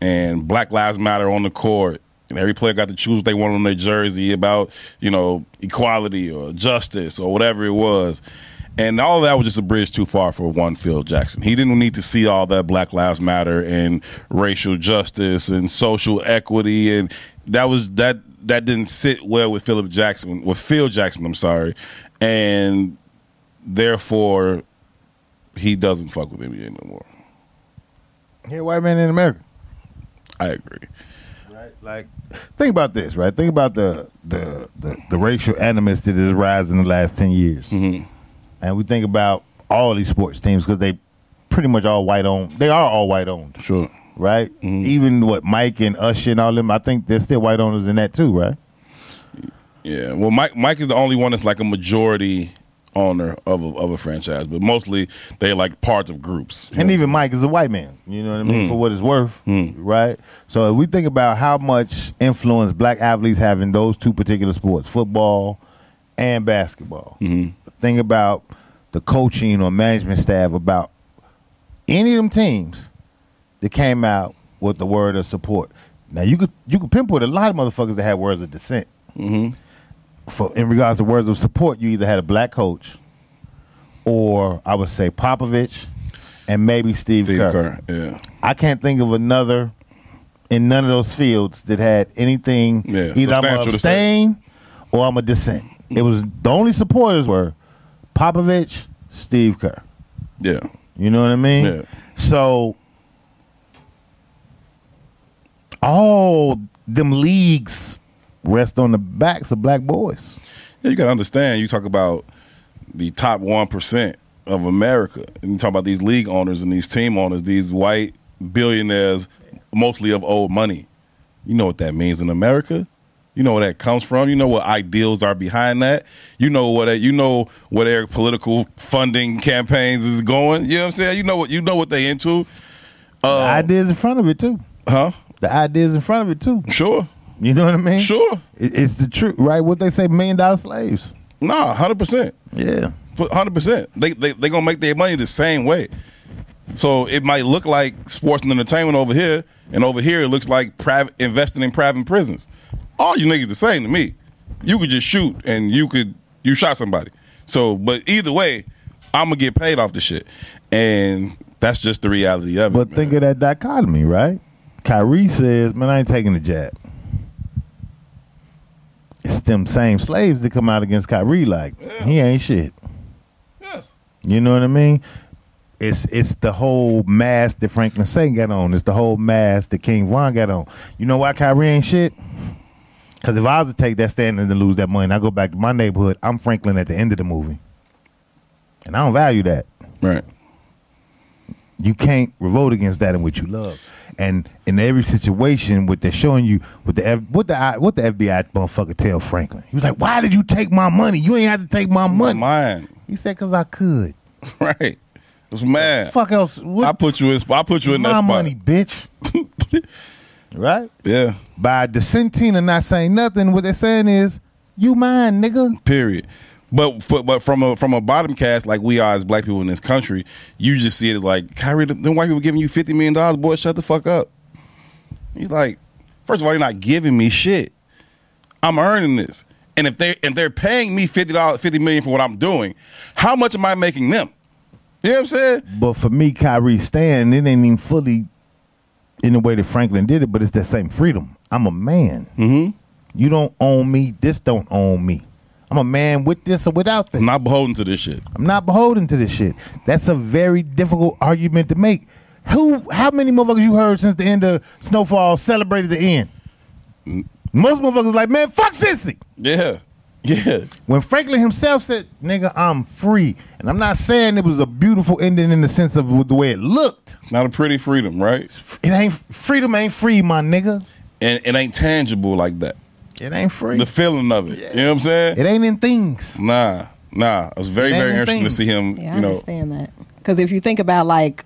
and Black Lives Matter on the court. And every player got to choose what they wanted on their jersey about, you know, equality or justice or whatever it was. And all of that was just a bridge too far for one Phil Jackson. He didn't need to see all that Black Lives Matter and racial justice and social equity and that was that that didn't sit well with Philip Jackson with Phil Jackson, I'm sorry. And therefore he doesn't fuck with NBA no more. Yeah, white man in America. I agree. Right? Like, think about this, right? Think about the the the, the racial animus that has risen in the last ten years, and we think about all these sports teams because they pretty much all white owned. They are all white owned, Sure. right? Even what Mike and Usher and all them, I think they're still white owners in that too, right? Yeah. Well, Mike Mike is the only one that's like a majority owner of a, of a franchise, but mostly they like parts of groups. And even Mike is a white man, you know what I mean, for what it's worth, right? So if we think about how much influence black athletes have in those two particular sports, football and basketball. Think about the coaching or management staff about any of them teams that came out with the word of support. Now you could you could pinpoint a lot of motherfuckers that had words of dissent. Mm-hmm. For in regards to words of support, you either had a black coach, or I would say Popovich, and maybe Steve, Steve Kerr. Kerr, yeah, I can't think of another in none of those fields that had anything. Yeah, either I'm substantial a to abstain or I'm a dissent. It was the only supporters were Popovich, Steve Kerr. yeah, You know what I mean? Yeah. So all them leagues rest on the backs of black boys. yeah. You gotta understand. You talk about the top one percent of America, and you talk about these league owners and these team owners, these white billionaires, mostly of old money. You know what that means in America. You know where that comes from. You know what ideals are behind that. You know what you know where their political funding campaigns is going. You know what I'm saying? You know what you know what they into, Oh. Uh, the ideas in front of it too. huh? The ideas in front of it too. Sure, You know what I mean? sure. It- It's the truth, right? What they say, million dollar slaves. Nah, hundred percent. Yeah. hundred percent. They they they gonna make their money the same way. So it might look like sports and entertainment over here, and over here it looks like private investing in private prisons. All you niggas the same to me. You could just shoot and you could you shot somebody. So, but either way, I'm gonna get paid off the shit, and that's just the reality of But it. think man. of that dichotomy, right? Kyrie says, "Man, I ain't taking the jab." It's them same slaves that come out against Kyrie, like he ain't shit. yes, You know what I mean? It's it's the whole mask that Franklin Saint got on. It's the whole mask that King Von got on. You know why Kyrie ain't shit? Because if I was to take that stand and to lose that money, and I go back to my neighborhood. I'm Franklin at the end of the movie, and I don't value that. right. (laughs) You can't revolt against that and what you love. And in every situation, what they're showing you, what the F, what the I- what the FBI motherfucker tell Franklin, he was like, "Why did you take my money? You ain't have to take my money." Mine, He said, "Cause I could." right? It's mad. Fuck else. What? I put you in. I put you in my that spot. money, bitch. (laughs) right? Yeah. By dissenting and not saying nothing, what they're saying is, "You mine, nigga." period. But, but but from a from a bottom cast like we are as black people in this country, you just see it as like Kyrie, them white people giving you fifty million dollars, boy, shut the fuck up. He's like, first of all, they're not giving me shit. I'm earning this, and if they if they're paying me fifty dollars, fifty million for what I'm doing, how much am I making them? You know what I'm saying? But for me, Kyrie stand, it ain't even fully in the way that Franklin did it, but it's that same freedom. I'm a man. Mm-hmm. You don't own me. This don't own me. I'm a man with this or without this. I'm not beholden to this shit. I'm not beholden to this shit. That's a very difficult argument to make. Who? How many motherfuckers you heard since the end of Snowfall celebrated the end? Most motherfuckers like, man, fuck sissy. Yeah, yeah, When Franklin himself said, "Nigga, I'm free," and I'm not saying it was a beautiful ending in the sense of the way it looked. not a pretty freedom, right? It ain't freedom ain't free, my nigga. And it ain't tangible like that. It ain't free. The feeling of it, you know what I'm saying? it ain't in things. Nah, nah. It was very, Name very the interesting things. to see him. Yeah, I you know, understand that. Because if you think about like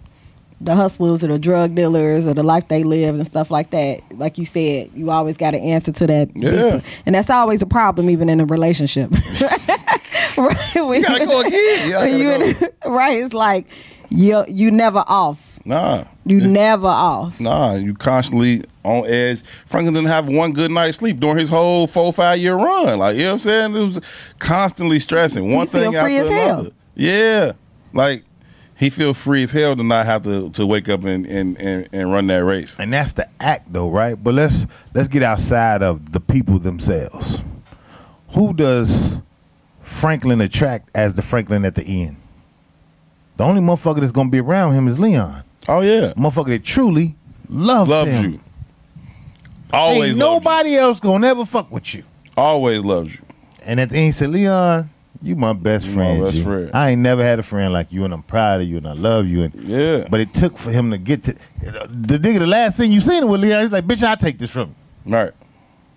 the hustlers or the drug dealers or the life they live and stuff like that, like you said, you always got an answer to that. Yeah. And that's always a problem, even in a relationship. (laughs) (laughs) right? When You gotta go again. Yeah, I gotta right. It's like you you never off. nah, You never off. nah. You constantly on edge. Franklin didn't have one good night's sleep during his whole four, five year run. Like you know what I'm saying? It was constantly stressing one thing feel free after as hell. another. Yeah, like he feel free as hell to not have to to wake up and and and, and run that race. And that's the act, though, right? But let's let's get outside of the people themselves. Who does Franklin attract as the Franklin at the end? The only motherfucker that's gonna be around him is Leon. Oh yeah, Motherfucker that truly loves, loves him. you. Always Ain't loved nobody else gonna ever fuck with you. you. Always loves you. And at the end, he said, Leon, you my best You my friend. best G. friend. I ain't never had a friend like you, and I'm proud of you, and I love you. And Yeah. but it took for him to get to the nigga. The last thing you seen him with Leon, he's like, "Bitch, I take this from you." Right.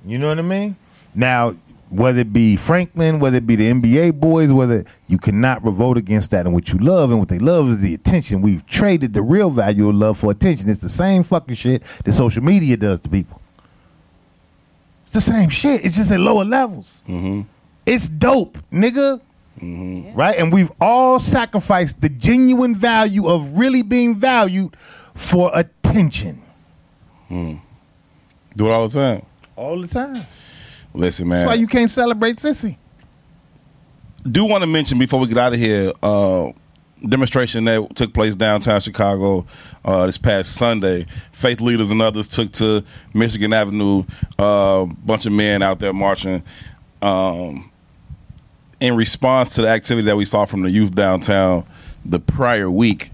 You know what I mean? Now, whether it be Franklin, whether it be the NBA boys, whether you cannot revolt against that and what you love and what they love is the attention. We've traded the real value of love for attention. It's the same fucking shit that social media does to people. It's the same shit. It's just at lower levels. It's dope, nigga. Right? And we've all sacrificed the genuine value of really being valued for attention Do it all the time. all the time. Listen, That's man. why you can't celebrate sissy. do want to mention before we get out of here uh demonstration that took place downtown chicago uh, this past sunday faith leaders and others took to michigan avenue a bunch of men out there marching um, in response to the activity that we saw from the youth downtown the prior week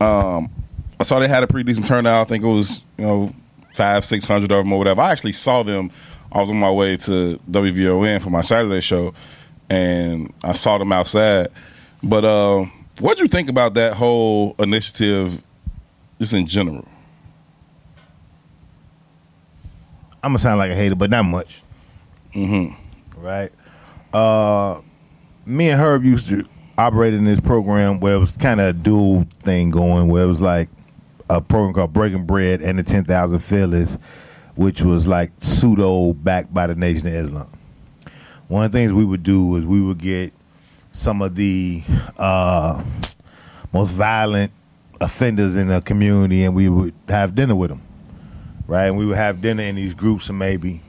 I saw they had a pretty decent turnout. I think it was you know five, six hundred of them or whatever. I actually saw them. I was on my way to WVON for my Saturday show, and I saw them outside. But uh, what do you think about that whole initiative, just in general? I'm gonna sound like a hater, but not much. Mm-hmm. Right. Uh, me and Herb used to operate in this program where it was kind of a dual thing going, where it was like a program called Breaking Bread and the Ten Thousand Feelers, which was like pseudo backed by the Nation of Islam. One of the things we would do is we would get some of the uh, most violent offenders in the community, and we would have dinner with them right? And we would have dinner in these groups of maybe,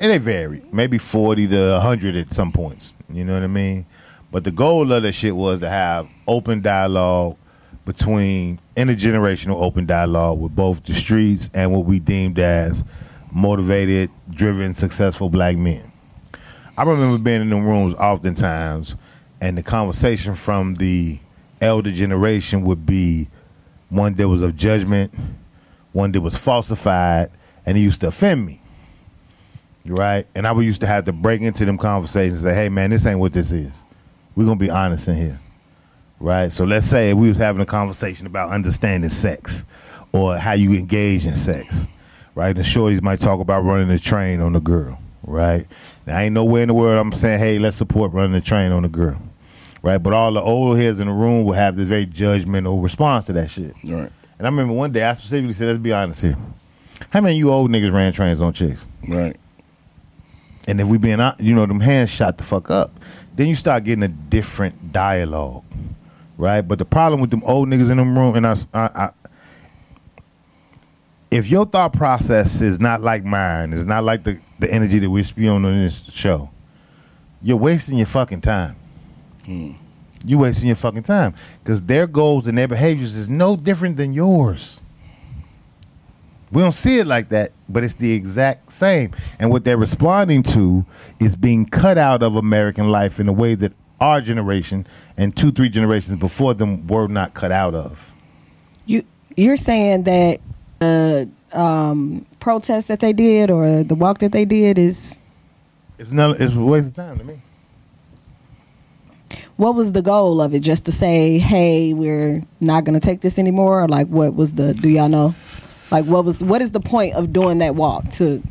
and they varied, maybe 40 to 100 at some points. You know what I mean? But the goal of that shit was to have open dialogue between intergenerational open dialogue with both the streets and what we deemed as motivated, driven, successful black men. I remember being in the rooms oftentimes, and the conversation from the elder generation would be one that was of judgment, one that was falsified, and it used to offend me. Right? And I would used to have to break into them conversations and say, hey, man, this ain't what this is. We're going to be honest in here. Right? So let's say we was having a conversation about understanding sex or how you engage in sex. Right? The shorties might talk about running a train on the girl. Right? Now, ain't nowhere in the world I'm saying, hey, let's support running a train on the girl. Right? But all the old heads in the room will have this very judgmental response to that shit. Right, And I remember one day I specifically said, let's be honest here. How many of you old niggas ran trains on chicks? right, And if we being, hon- you know, them hands shot the fuck up. Then you start getting a different dialogue, right? But the problem with them old niggas in them room, and I, s- I- I- if your thought process is not like mine, it's not like the, the energy that we spewing on this show, you're wasting your fucking time. you wasting your fucking time because their goals and their behaviors is no different than yours. We don't see it like that, but it's the exact same. And what they're responding to is being cut out of American life in a way that our generation and two, three generations before them were not cut out of. You you're saying that the um, protest that they did or the walk that they did is It's not. It's a waste of time to me. what was the goal of it? Just to say, hey, we're not going to take this anymore, or like what was the? Do y'all know? Like what was what is the point of doing that walk to?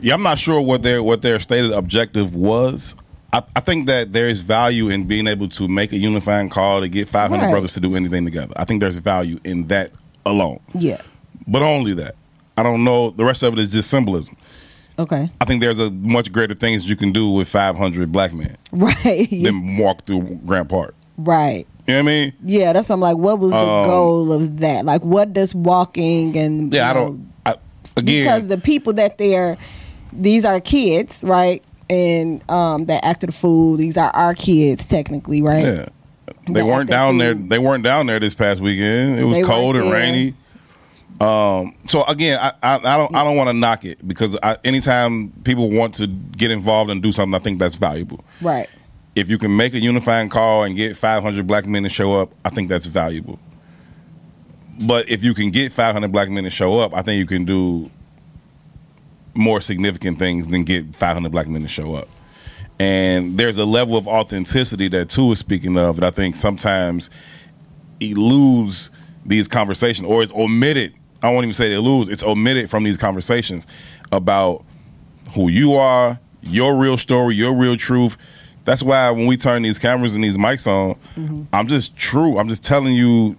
yeah. I'm not sure what their what their stated objective was. I, I think that there is value in being able to make a unifying call to get 500 Right. brothers to do anything together. I think there's value in that alone. Yeah. but only that. I don't know. The rest of it is just symbolism. Okay. (laughs) I think there's a much greater things you can do with 500 black men Right. than walk through Grand Park. Right. You know what I mean? Yeah, that's what I'm like. What was the Um, goal of that? Like, what does walking and Yeah, I you know, don't. I, again, because the people that they're these are kids, right? And um, that acted a fool. These are our kids, technically, right? yeah, they the weren't active down there. food. They weren't down there this past weekend. It was They weren't cold and there. rainy. Um, so again, I, I, I don't I don't want to knock it because I, anytime people want to get involved and do something, I think that's valuable. Right. if you can make a unifying call and get 500 black men to show up, I think that's valuable. But if you can get 500 black men to show up, I think you can do more significant things than get 500 black men to show up. And there's a level of authenticity that Tua is speaking of that I think sometimes eludes these conversations or is omitted. I won't even say it eludes, it's omitted from these conversations about who you are, your real story, your real truth. That's why when we turn these cameras and these mics on, I'm just true. I'm just telling you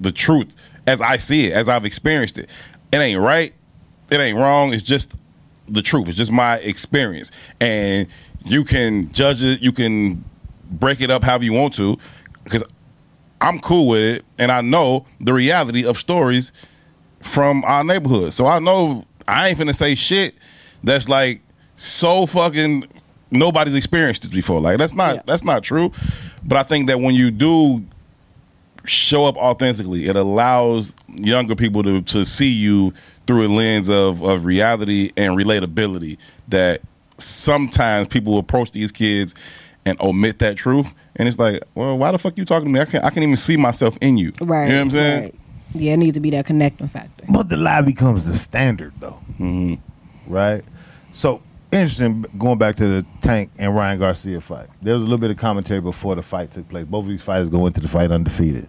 the truth as I see it, as I've experienced it. It ain't right. It ain't wrong. It's just the truth. It's just my experience. And you can judge it, you can break it up however you want to, because I'm cool with it. And I know the reality of stories from our neighborhood. So I know I ain't finna say shit that's like so fucking nobody's experienced this before. Like that's not Yeah. that's not true. But I think that when you do show up authentically. It allows younger people to, to see you through a lens of, of reality and relatability that sometimes people approach these kids and omit that truth. And it's like, well, why the fuck you talking to me? I can't, I can't even see myself in you. Right. You know what I'm saying? right. Yeah, it needs to be that connecting factor. But the lie becomes the standard, though. Right? So, interesting, going back to the Tank and Ryan Garcia fight, there was a little bit of commentary before the fight took place. Both of these fighters go into the fight undefeated.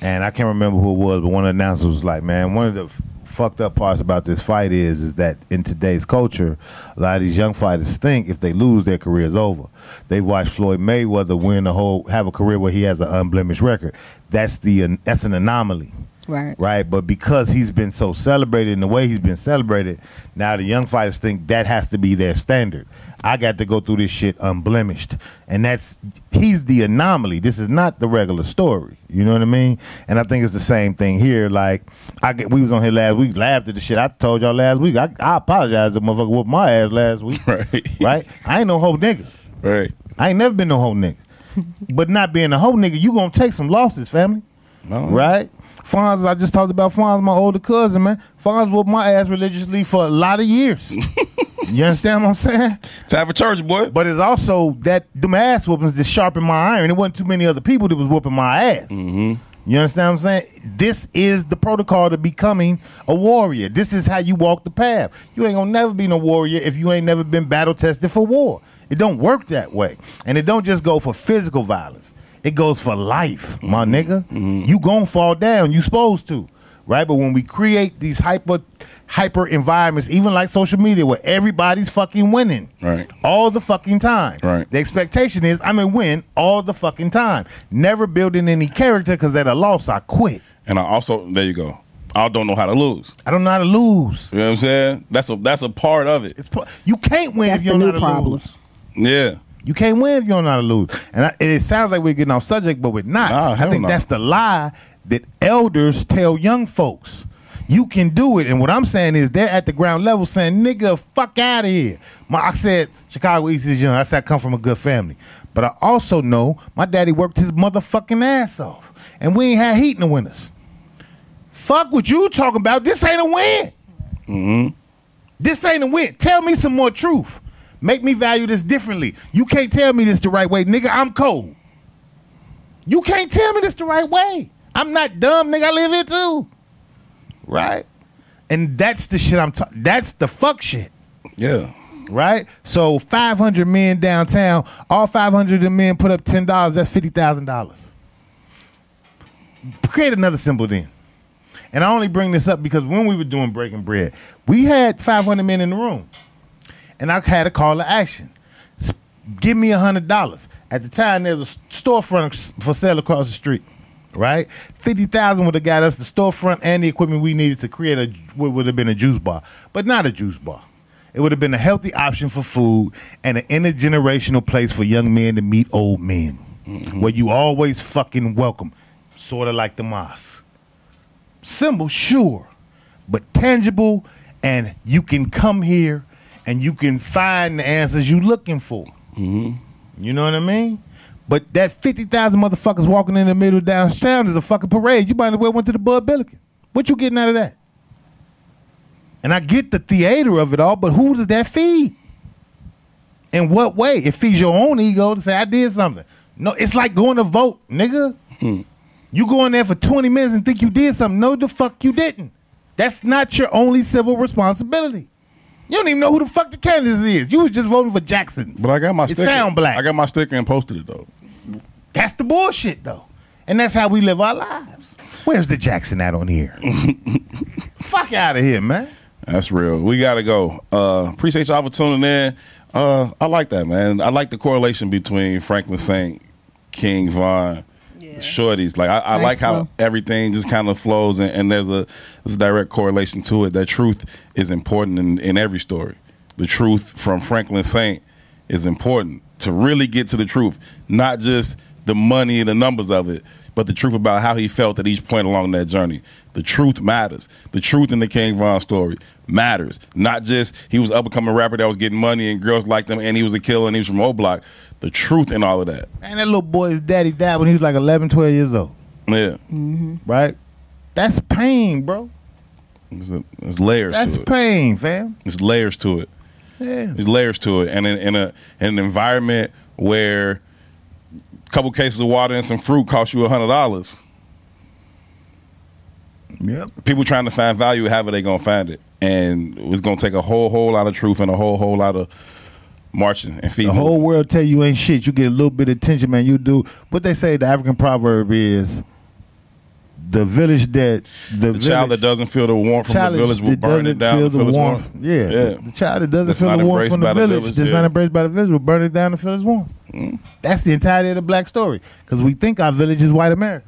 And I can't remember who it was, but one of the announcers was like, man, one of the f- fucked up parts about this fight is, is that in today's culture, a lot of these young fighters think if they lose, their career is over. They watch Floyd Mayweather win a whole, have a career where he has an unblemished record. That's the, an- that's an anomaly Right. right? But because he's been so celebrated in the way he's been celebrated, now the young fighters think that has to be their standard. I got to go through this shit unblemished, and that's he's the anomaly. This is not the regular story. You know what I mean? And I think it's the same thing here. Like I get, we was on here last week, laughed at the shit I told y'all last week. I, I apologize, the motherfucker whooped my ass last week, Right. right? I ain't no whole nigga. Right. I ain't never been no whole nigga. but not being a whole nigga, you gonna take some losses, family. Right? Fonz, I just talked about Fonz, my older cousin, man. Fonz whooped my ass religiously for a lot of years. you understand what I'm saying? Time for church, boy. But it's also that them ass whoopings just sharpened my iron. It wasn't too many other people that was whooping my ass. You understand what I'm saying? This is the protocol to becoming a warrior. This is how you walk the path. You ain't gonna never be no warrior if you ain't never been battle tested for war. It don't work that way. And it don't just go for physical violence. It goes for life, my nigga. You gonna fall down. You supposed to right? But when we create these hyper hyper environments, even like social media, where everybody's fucking winning, Right. all the fucking time, Right. The expectation is I'm gonna win all the fucking time, never building any character because at a loss I quit. And I also, there you go. I don't know how to lose. I don't know how to lose. You know what I'm saying? That's a that's a part of it. It's pu- you can't win That's if you the don't know new how to problem. lose. Yeah. You can't win if you don't know how to lose. And I, it sounds like we're getting off subject, but we're not. Nah, I hell think no. that's the lie that elders tell young folks. You can do it. And what I'm saying is they're at the ground level saying, nigga, fuck out of here. My, I said, Chicago East is young. I said, I come from a good family. But I also know my daddy worked his motherfucking ass off. And we ain't had heat in the winters. Fuck what you talking about. This ain't a win. This ain't a win. Tell me some more truth. Make me value this differently. You can't tell me this the right way, nigga. I'm cold. You can't tell me this the right way. I'm not dumb, nigga. I live here too. Right? And that's the shit I'm talking. That's the fuck shit. Yeah. Right? So 500 men downtown, all 500 of the men put up $10, that's $50,000. Create another symbol then. And I only bring this up because when we were doing breaking bread, we had 500 men in the room. And I had a call to action. S- Give me $100. At the time, there was a storefront for sale across the street. Right, fifty thousand would have got us the storefront and the equipment we needed to create a what would have been a juice bar, but not a juice bar. It would have been a healthy option for food and an intergenerational place for young men to meet old men, where you always fucking welcome, sort of like the mosque. Symbol, sure, but tangible, and you can come here and you can find the answers you're looking for. You know what I mean? But that 50,000 motherfuckers walking in the middle downtown is a fucking parade. You might as well went to the Bud Billiken. What you getting out of that? And I get the theater of it all, but who does that feed? In what way? It feeds your own ego to say, I did something. No, it's like going to vote, nigga. Hmm. You go in there for 20 minutes and think you did something. No, the fuck you didn't. That's not your only civil responsibility. You don't even know who the fuck the candidates is. You was just voting for Jackson's. But I got my It sticker. sound black. I got my sticker and posted it though. That's the bullshit though. And that's how we live our lives. Where's the Jackson at on here? Fuck out of here, man. That's real. We gotta go. Uh appreciate y'all for tuning in. Uh, I like that, man. I like the correlation between Franklin Saint, King Von, Yeah. Shorties. Like I, I Nice like how flow. everything just kind of flows, and, and there's a there's a direct correlation to it. That truth is important in, in every story. The truth from Franklin Saint is important to really get to the truth, not just the money and the numbers of it, but the truth about how he felt at each point along that journey. The truth matters. The truth in the King Von story matters. Not just he was up and coming rapper that was getting money and girls liked him and he was a killer and he was from O Block. The truth in all of that. And that little boy's daddy died when he was like 11, 12 years old, Yeah. right? That's pain, bro. There's, a- there's layers That's to it. pain, fam. There's layers to it. Yeah. There's layers to it. And in, in a in an environment where a couple cases of water and some fruit cost you hundred dollars, Yep. people trying to find value, however they gonna find it. And it's gonna take a whole whole lot of truth and a whole whole lot of marching and feeding. The whole world tell you ain't shit. You get a little bit of attention, man. You do what they say. The African proverb is, "The village that the, the child that doesn't feel the warmth from the child village will that burn it doesn't down. feel to feel its Yeah. yeah. the child that doesn't That's feel not the embraced warmth from the by the village, village, that's yeah. Mm-hmm. not embraced by the village, will burn it down and feel its warmth. That's the entirety of the black story because we think our village is white America.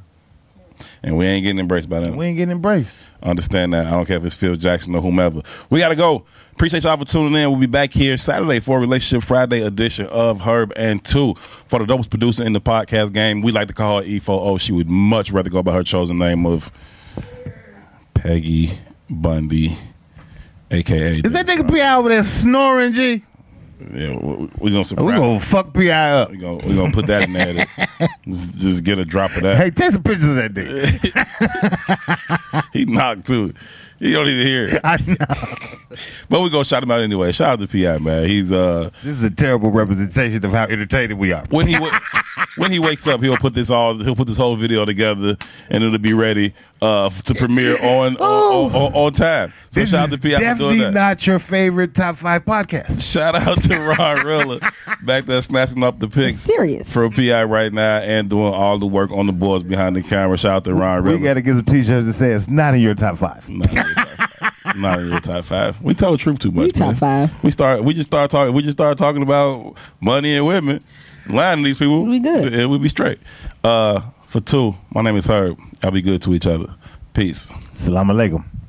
And we ain't getting embraced by them. We ain't getting embraced. Understand that. I don't care if it's Phil Jackson or whomever. We got to go. Appreciate y'all for tuning in. We'll be back here Saturday for a Relationship Friday edition of Herb and Two. For the doubles producer in the podcast game, we like to call her E4O. She would much rather go by her chosen name of Peggy Bundy, a.k.a. Is that nigga P.I. over there snoring, G? Yeah, we're going to Or we surprise gonna fuck P.I. up. we gonna, we gonna put that in there. (laughs) to- just, just get a drop of that. Hey, take some pictures of that (laughs) nigga. He knocked too. You don't even hear it. I know. But we gonna shout him out anyway. Shout out to Pi man. He's uh This is a terrible representation of how entertaining we are. when he wa- when he wakes up, he'll put this all he'll put this whole video together and it'll be ready uh f- to premiere on on, on, on, on time. So This shout out is to Pi for definitely doing that. not your favorite top five podcast. Shout out to Ron Rilla back there snapping up the pics Serious. for PI right now and doing all the work on the boards behind the camera. Shout out to Ron We Rilla. got to get some T-shirts that say it's not in your top five. Not in your top five. Not in your top five. We tell the truth too much. We top man. five. We start. We just start talking. We just start talking about money and women. Lying to these people, We good. It would be straight. Uh, for two, my name is Herb. I'll be good to each other. Peace. Salam alaikum.